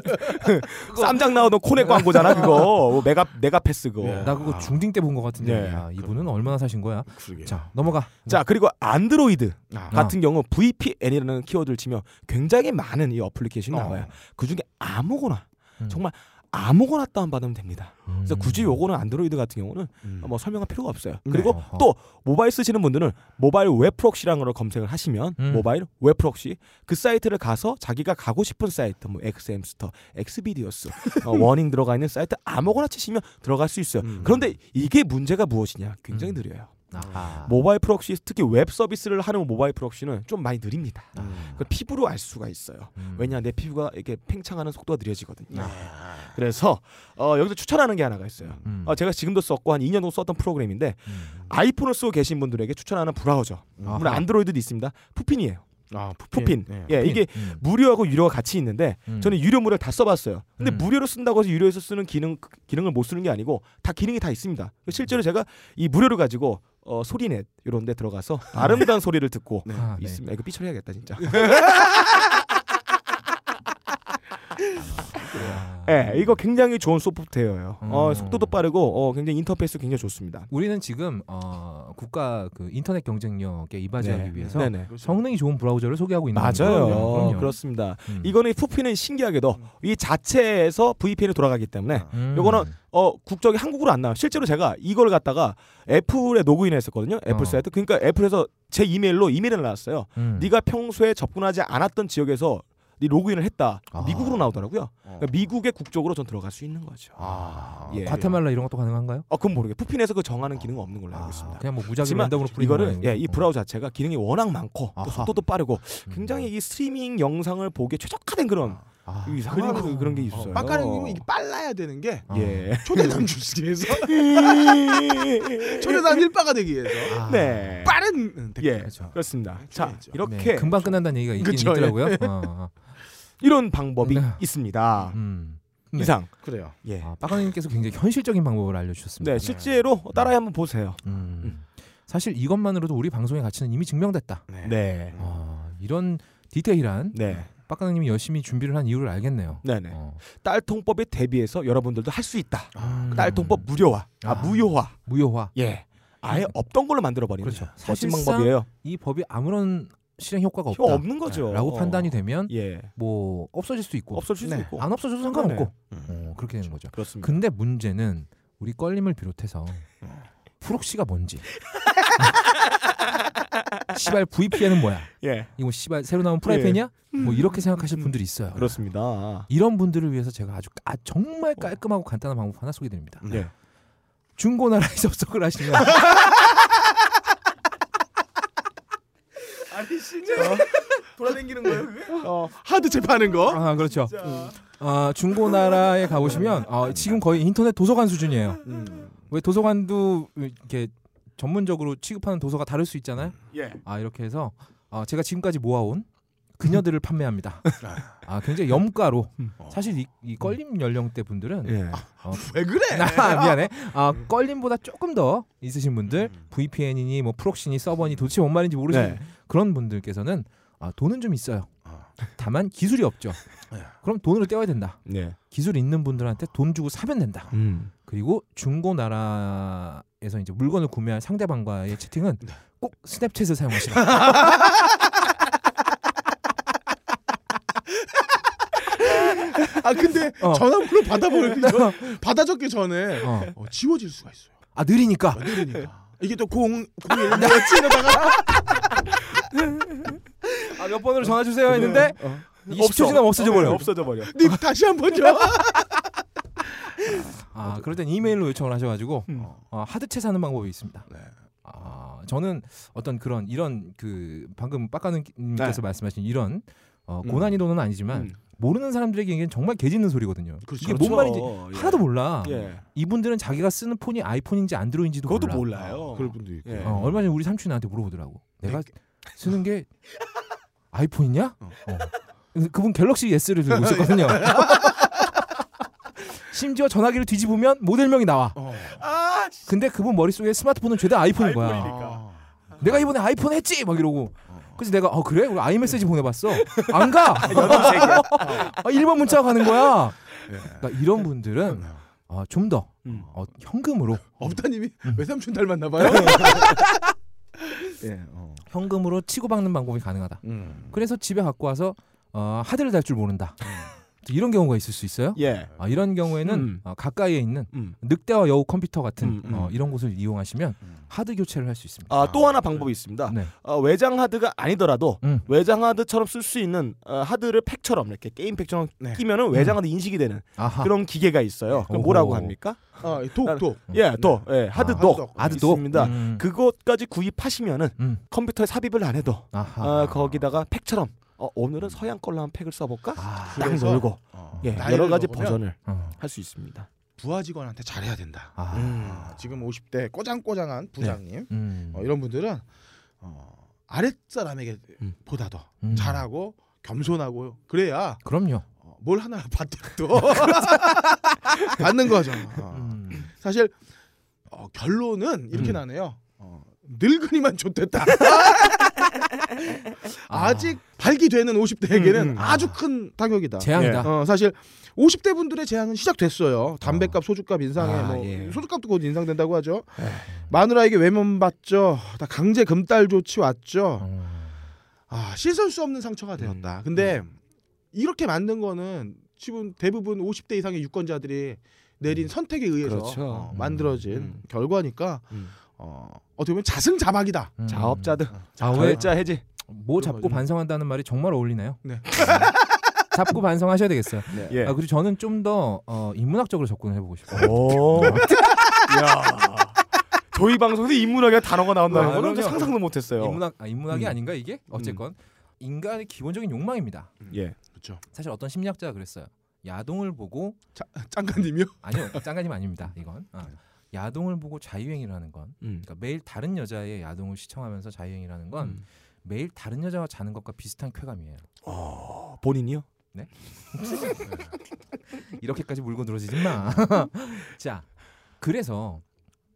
쌈장 나오던 코넥 광고잖아 그거. 메가 메가 패스고.
예.
나 그거 중딩 때 본 것 같은데.
예.
야, 아. 네. 이분은 얼마나 사신 거야?
그러게.
자 넘어가.
자 그리고 안드로이드
아.
어.
같은 경우 VPN이라는 키워드를 치면 굉장히 많은 이 어플리케이션이
어.
나와요. 그 중에 아무거나
음.
정말 아무거나 다운 받으면 됩니다. 그래서
음.
굳이 요거는 안드로이드 같은 경우는
음.
뭐 설명할 필요가 없어요.
네.
그리고
어허.
또 모바일 쓰시는 분들은 모바일 웹프록시라는 걸 검색을 하시면
음.
모바일 웹프록시 그 사이트를 가서 자기가 가고 싶은 사이트 뭐 엑스엠스터, 엑스비디오스, 어, 워닝 들어가 있는 사이트 아무거나 치시면 들어갈 수 있어요.
음.
그런데 이게 문제가 무엇이냐? 굉장히
음.
느려요.
아하.
모바일 프록시 특히 웹 서비스를 하는 모바일 프록시는 좀 많이 느립니다.
음.
그 피부로 알 수가 있어요.
아. 음. 네.
왜냐 내 피부가 이렇게 팽창하는 속도가 느려지거든요. 그래서 어, 여기서 추천하는 게 하나가 있어요.
음.
어, 제가 지금도 썼고 한 2년 정도 썼던 프로그램인데
음.
아이폰을 쓰고 계신 분들에게 추천하는 브라우저.
아하.
물론 안드로이드도 있습니다. 푸핀이에요.
아,
푸핀.
예.
예, 이게
음.
무료하고 유료가 같이 있는데
음.
저는 유료물을 다 써봤어요. 근데
음.
무료로 쓴다고 해서 유료에서 쓰는 기능 기능을 못 쓰는 게 아니고 다 기능이 다 있습니다. 실제로 제가 이 무료를 가지고 어, 소리넷 이런데 들어가서 아름다운 소리를 듣고
네. 아, 네.
있습니다. 이거 삐처리해야겠다 진짜.
아,
예, 이거 굉장히 좋은 소프트웨어예요. 어,
음.
속도도 빠르고 어, 굉장히 인터페이스 굉장히 좋습니다.
우리는 지금 어, 국가 그 인터넷 경쟁력에 이바지하기
네.
위해서
네네.
그렇죠. 어.
성능이 좋은 브라우저를 소개하고 있는
맞아요.
거죠. 그럼요, 그럼요.
그렇습니다.
음.
이거는 푸피는 신기하게도 이 자체에서 VPN이 돌아가기 때문에
음.
요거는 어 국적이 한국으로 안 나와요. 실제로 제가 이걸 갖다가 애플에 로그인했었거든요. 애플
어.
사이트. 그러니까 애플에서 제 이메일로 이메일을 날았어요.
음.
네가 평소에 접근하지 않았던 지역에서 네 로그인을 했다.
아.
미국으로 나오더라고요.
어.
그러니까 미국의 국적으로 전 들어갈 수 있는 거죠.
아,
예.
과테말라 이런 것도 가능한가요?
어, 그건 모르겠어요. 푸핀에서 그 정하는 기능은 없는 걸로 알고
아,
있습니다.
그냥 뭐 무작위로
하지만
랜덤으로 뿌리는
이거를
거
예, 이 브라우저 자체가 기능이 워낙 많고 또
아하.
속도도 빠르고
음.
굉장히 이 스트리밍 영상을 보기에 최적화된 그런
아.
이상한 그, 그런 게 있어요.
빡가령님은 이게 빨라야 되는 게
아.
예.
초대상 주시기 위해서 초대상 일바가 되기 위해서
아.
네.
빠른 댓글
예,
그렇죠.
그렇습니다. 자,
중요하죠.
이렇게
네, 금방 끝난다는 얘기가 있긴
그쵸, 예.
있더라고요. 어, 어.
이런 방법이
네.
있습니다.
음. 네.
이상.
그래요.
예.
아, 빠가님께서 굉장히 현실적인 방법을 알려주셨습니다.
네, 실제로 따라해 한번 보세요.
음.
음.
사실 이것만으로도 우리 방송의 가치는 이미 증명됐다.
네.
네.
아, 이런 디테일한
네.
빡가능님이 열심히 준비를 한 이유를 알겠네요.
네, 네.
어.
딸통법에 대비해서 여러분들도 할 수 있다.
음.
딸통법 무료화. 아,
아.
무효화.
무효화.
예. 아예 없던 걸로 만들어 버리는
그렇죠.
멋진
사실상
방법이에요.
이 법이 아무런 실행 효과가 없다. 네,
효과 없는 거죠.
라고
어.
판단이 되면
예.
뭐 없어질 수 있고
없을 수도
네.
있고. 네. 음.
안 없어져도 상관없고 어, 그렇게 되는 거죠.
그렇습니다.
근데 문제는 우리 껄림을 비롯해서 프록시가 뭔지 시발 VPN은 뭐야?
예.
이거 시발 새로 나온 프라이팬이야? 뭐 이렇게 생각하실 분들이 있어요.
그렇습니다.
이런 분들을 위해서 제가 아주 까- 정말 깔끔하고 간단한 방법 하나 소개드립니다.
네.
예.
중고나라에 접속을 하시면
아니 진짜 돌아다니는 거예요? 그게? 어 하드 재판하는 거?
아 그렇죠. 아 중고나라에 가보시면 아, 지금 거의 인터넷 도서관 수준이에요.
음.
왜 도서관도 이렇게 전문적으로 취급하는 도서가 다를 수 있잖아요.
예.
아 이렇게 해서 아, 제가 지금까지 모아온 그녀들을 판매합니다. 아 굉장히 염가로 사실 이, 이 껄림 연령대 분들은
예.
왜 그래?
아, 미안해. 아 껄림보다 조금 더 있으신 분들 VPN이니 뭐 프록시니 서버니 도대체 뭔 말인지 모르시는
네.
그런 분들께서는 아, 돈은 좀 있어요.
아.
다만 기술이 없죠.
네.
그럼 돈으로 떼어야 된다.
네.
기술 있는 분들한테 돈 주고 사면 된다.
음.
그리고 중고 나라에서 이제 물건을 구매할 상대방과의 채팅은 꼭 스냅챗을 사용하시라.
아 근데
어.
전화번호 받아보기
어.
전 받아 적기 전에
어.
어, 지워질 수가 있어요.
아 느리니까.
그러니까 이게 또공 공일
네.
다
아 몇 번으로 전화 주세요 했는데 20초 지나면 없어져 버려.
어? 없어져 버려.
님 다시 한 번요.
아 그럴 땐 이메일로 요청을 하셔가지고
음.
어, 하드채 사는 방법이 있습니다.
네.
아 저는 어떤 그런 이런 그 방금 빡가는님께서
네.
말씀하신 이런 어,
음.
고난이도는 아니지만
음.
모르는 사람들에게는 정말 개짖는 소리거든요. 이게 뭔 말인지
예.
하나도 몰라.
예.
이분들은 자기가 쓰는 폰이 아이폰인지 안드로id인지도
그것도
몰라.
몰라요.
아, 그럴 분도 있고.
예.
어, 얼마 전에 우리 삼촌이 나한테 물어보더라고. 내가 쓰는 게 아이폰이냐?
어.
어. 그- 그분 갤럭시 S를 들고 있었거든요. 심지어 전화기를 뒤집으면 모델명이 나와.
어.
아, 씨.
근데 그분 머릿속에 스마트폰은 죄다 아이폰인 거야.
아이폰이니까.
아.
내가 이번에 아이폰 했지 막 이러고.
어.
그래서 내가 어 그래? 우리 아이메시지 보내봤어. 안 가.
여동생이야.
아, 일반 문자 가는 거야.
예.
그러니까 이런 분들은 아, 좀더
음.
어, 현금으로
업다님이 외삼촌 닮았나 봐요. 예. 어.
현금으로 치고박는 방법이 가능하다.
음.
그래서 집에 갖고 와서 어, 하드를 달 줄 모른다. 이런 경우가 있을 수 있어요.
음. 예.
아, 이런 경우에는
음.
어, 가까이에 있는
음.
늑대와 여우 컴퓨터 같은
음, 음.
어, 이런 곳을 이용하시면
음.
하드 교체를 할 수 있습니다.
아, 또 하나 방법이 있습니다.
네.
어, 외장 하드가 아니더라도
음.
외장 하드처럼 쓸 수 있는 어, 하드를 팩처럼 이렇게 게임 팩처럼
네.
끼면은 외장 하드 인식이 되는
음. 아하. 네.
그런 기계가 있어요. 그럼
오호.
뭐라고 합니까?
아, 독 독.
예, 또 예, 하드
아,
독
하드
독.
있습니다.
음.
그것까지 구입하시면은
음.
컴퓨터에 삽입을 안 해도
아하.
어, 거기다가 팩처럼 어, 오늘은 서양 걸로 한 팩을 써볼까?
아.
딱
그래서,
놀고
어.
예,
나이를
여러 가지
먹으면
버전을
어.
할 수 있습니다.
부하 직원한테 잘해야 된다.
아.
음.
아, 지금 50대 꼬장꼬장한 부장님
음.
어, 이런 분들은 어, 아랫사람에게
음.
보다 더
음.
잘하고 겸손하고 그래야
그럼요.
어, 뭘 하나 받더라도 받는 거죠. 어.
음.
아,
사실 어, 결론은 이렇게
음.
나네요. 어, 늙은이만 좋댔다. 아직 발기되는 50대에게는
음, 음.
아주 큰 타격이다.
재앙이다.
어, 사실 50대 분들의 제한은 시작됐어요. 담배값, 소주값 인상에
아,
뭐
예.
소주값도 곧 인상된다고 하죠. 마누라에게 외면받죠. 다 강제 금달 조치
예.
왔죠.
음.
아, 씻을 수 없는 상처가 되었다. 아,
음.
근데
네.
이렇게 만든 거는 지금 대부분 50대 이상의 유권자들이 내린 선택에 의해서
음. 그렇죠.
어,
음.
만들어진
음.
결과니까
음.
어, 어떻게 보면 자승자박이다.
자업자득
아, 왜?
자회자 해지.
음. 뭐 잡고
그런
반성한다는 말이 정말 어울리네요.
네.
잡고 반성하셔야 되겠어요.
예.
아, 그리고 저는 좀 더 어, 인문학적으로 접근을 해보고 싶어요.
오. 야. 저희 방송에서 인문학의 단어가 나온다는
아,
거는 저
그럼요.
상상도 못했어요.
인문학 아, 인문학이
음.
아닌가 이게 어쨌건 인간의 기본적인 욕망입니다.
예.
그렇죠.
사실 어떤 심리학자가 그랬어요. 야동을 보고
짱가님이요?
아니요 짱가님 아닙니다 이건 아, 야동을 보고 자유행위를 하는 건 그러니까 매일 다른 여자의 야동을 시청하면서 자유행위를 하는 건
음.
매일 다른 여자와 자는 것과 비슷한 쾌감이에요.
어, 본인이요?
이렇게까지 물고 늘어지지 마. 자 그래서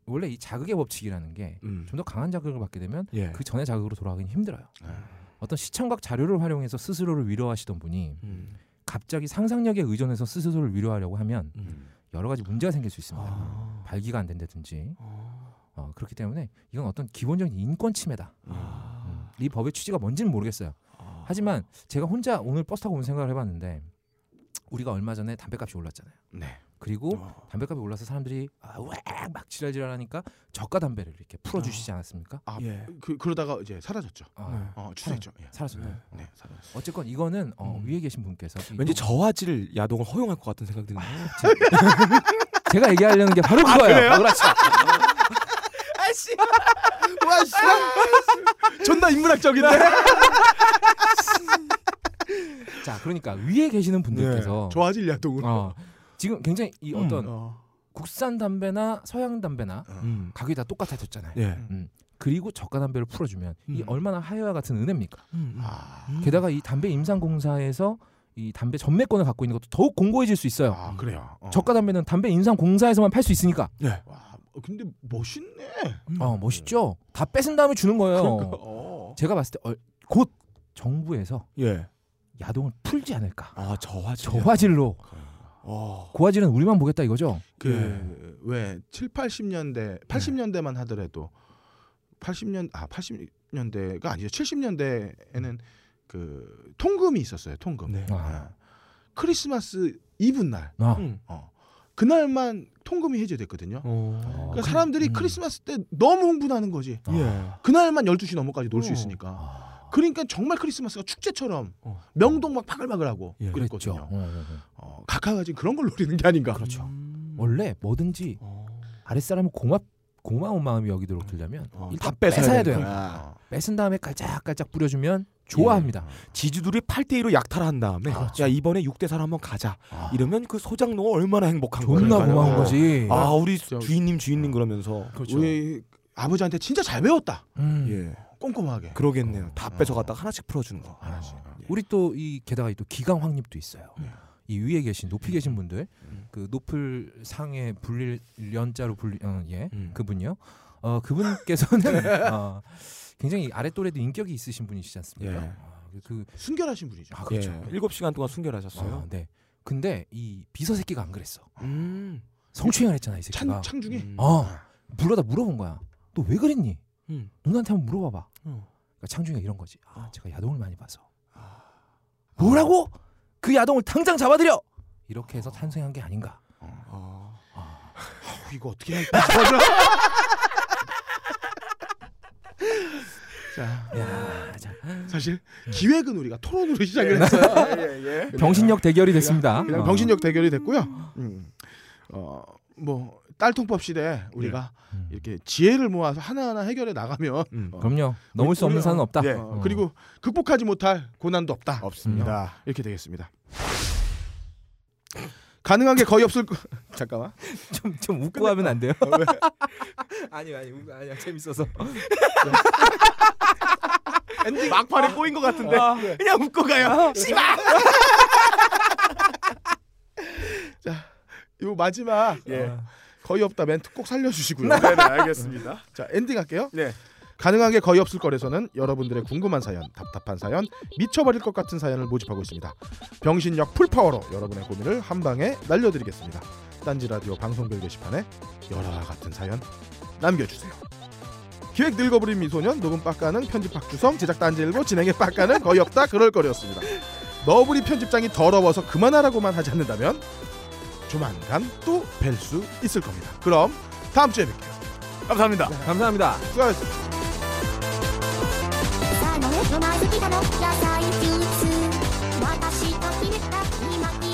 원래 이 자극의 법칙이라는 게 좀 더
음.
강한 자극을 받게 되면
예.
그 전에 자극으로 돌아가긴 힘들어요.
네.
아.
어떤 시청각 자료를 활용해서 스스로를 위로하시던 분이
음.
갑자기 상상력에 의존해서 스스로를 위로하려고 하면
음.
여러 가지 문제가 생길 수 있습니다.
아.
발기가 안 된다든지. 어, 그렇기 때문에 이건 어떤 기본적인 인권 침해다.
아.
음. 이 법의 취지가 뭔지는 모르겠어요. 하지만 제가 혼자 오늘 버스 타고 온 생각을 해봤는데 우리가 얼마 전에 담배값이 올랐잖아요.
네.
그리고
아.
담배값이 올라서 사람들이 아, 왜막 지랄지랄하니까 저가 담배를 이렇게 풀어주시지 않았습니까?
아,
예.
그 그러다가 이제 사라졌죠.
아,
네.
어, 추세죠. 예.
사라졌네.
네, 사라졌어.
어쨌건 이거는 어,
음.
위에 계신 분께서 이
왠지 저화질 야동을 허용할 것 같은 생각 드는데.
제가 얘기하려는 게
아,
바로 그거예요. 그렇죠.
와, 씨. 존나
네.
인문학적인데.
자, 그러니까 위에
네.
계시는 분들께서
좋아질 야동으로.
어, 지금 굉장히 이
음.
어떤
어.
국산 담배나 서양 담배나
음.
가격이 다 똑같아졌잖아요.
네.
예.
그리고 저가 담배를 풀어주면 이
음.
얼마나 하여와 같은 은혜입니까?
아,
게다가 이 담배 임상공사에서 이 담배 전매권을 갖고 있는 것도 더욱 공고해질 수 있어요.
아, 그래요. 어.
저가 담배는 담배 임상공사에서만 팔 수 있으니까.
예,
와, 근데 멋있네.
어 멋있죠. 다 뺏은 다음에 주는 거예요.
음. 그러니까. 어.
제가 봤을 때 얼- 곧 정부에서
예.
야동을 풀지 않을까.
아, 저화질.
저화질로
어.
고화질은 우리만 보겠다 이거죠.
그
네.
그왜 7, 80년대, 80년대만 하더라도 80년 아, 80년대가 아니죠. 70년대에는 그 통금이 있었어요. 통금.
네.
음. 아.
예. 크리스마스 이브 날.
아.
음.
어. 그날만 통금이 해제됐거든요.
어.
그러니까 사람들이
음.
크리스마스 때 너무 흥분하는 거지.
예.
그날만 12시 넘어까지 놀 수
어.
있으니까.
아.
그러니까 정말 크리스마스가 축제처럼
어.
명동 막 파글파글하고
예.
그랬죠.
그랬거든요.
어, 어, 어.
어, 각하가 지금 그런 걸 노리는 게 아닌가.
그렇죠.
음.
원래 뭐든지
어.
아랫사람을 고맙 고마운 마음이 여기도록 들려면
어,
일단
다 뺏어야
뺏어야
되는
네, 돼요.
아. 어.
뺏은 다음에 깔짝깔짝 뿌려주면 좋아합니다.
지주들이 8대 2로 약탈한 다음에 야 이번에 6대 4로 한번 가자.
아.
이러면 그 소장농 얼마나 행복한 거예요.
존나
그러니까요.
고마운
어.
거지.
아, 어. 우리
진짜.
주인님 주인님 그러면서.
우리 아버지한테 진짜 잘 배웠다.
음.
예.
꼼꼼하게.
그러겠네요. 다 뺏어갔다가 하나씩 풀어주는 거.
알았지.
우리 또 이 게다가 또 기강 확립도 있어요. 이 위에 계신 높이 계신 분들 그 높을 상에 불릴 연자로 불리 어, 예
음.
그분요. 어 그분께서는 어, 굉장히 아래 또래도 인격이 있으신 분이시지 않습니까?
예.
어, 그
순결하신 분이죠.
아, 그렇죠.
예. 7시간 동안 순결하셨어요.
아, 네. 근데 이 비서 새끼가 안 그랬어.
음.
성추행을 했잖아 이
창
새끼가.
창중에
어 불러다 물어본 거야. 너 왜 그랬니?
음.
누나한테 한번 물어봐봐.
어.
그러니까 창중이가 이런 거지. 아
어.
제가 야동을 많이 봐서.
아.
뭐라고? 그 야동을 당장 잡아들여. 이렇게 해서 탄생한 게 아닌가.
아.
어, 이거 어떻게 할지. 맞아. 자,
야, 자,
사실 기획은 우리가 토론으로 시작을 했어요.
예,
병신력 대결이 됐습니다.
그냥
어.
병신력 대결이 됐고요. 음. 어, 뭐 딸통법 시대에 우리가
음.
이렇게 지혜를 모아서 하나하나 해결해 나가면
음.
어.
그럼요. 넘을 수 없는
우리-
산은 없다.
예.
어, 그리고 극복하지 못할 고난도 없다. 어,
없습니다.
이렇게 되겠습니다. 가능한 게 거의 없을 거. 잠깐만.
좀, 좀 웃고 하면 안 돼요?
어, 왜?
아니 아니 웃- 아니야 재밌어서. 아.
막판에 꼬인 것 같은데. 그냥 웃고 가요.
요 마지막
예.
어, 거의 없다 멘트 꼭 살려주시고요.
네, 네, 알겠습니다.
자 엔딩 할게요.
네.
가능한 게 거의 없을 거래서는 여러분들의 궁금한 사연, 답답한 사연, 미쳐버릴 것 같은 사연을 모집하고 있습니다. 병신력 풀파워로 여러분의 고민을 한 방에 날려드리겠습니다. 딴지 라디오 방송별 게시판에 열화 같은 사연 남겨주세요. 기획 늙어버린 미소년, 녹음 빡가는 편집 박주성, 제작 딴지 일보, 진행의 빡가는 거의 없다 그럴 거였습니다. 너부리 편집장이 더러워서 그만하라고만 하지 않는다면 조만간 또 뵐 수 있을 겁니다. 그럼 다음 주에 뵐게요.
감사합니다.
감사합니다.
수고하셨습니다.
さあ飲む飲まずきだの野菜ジュース私と決めた今今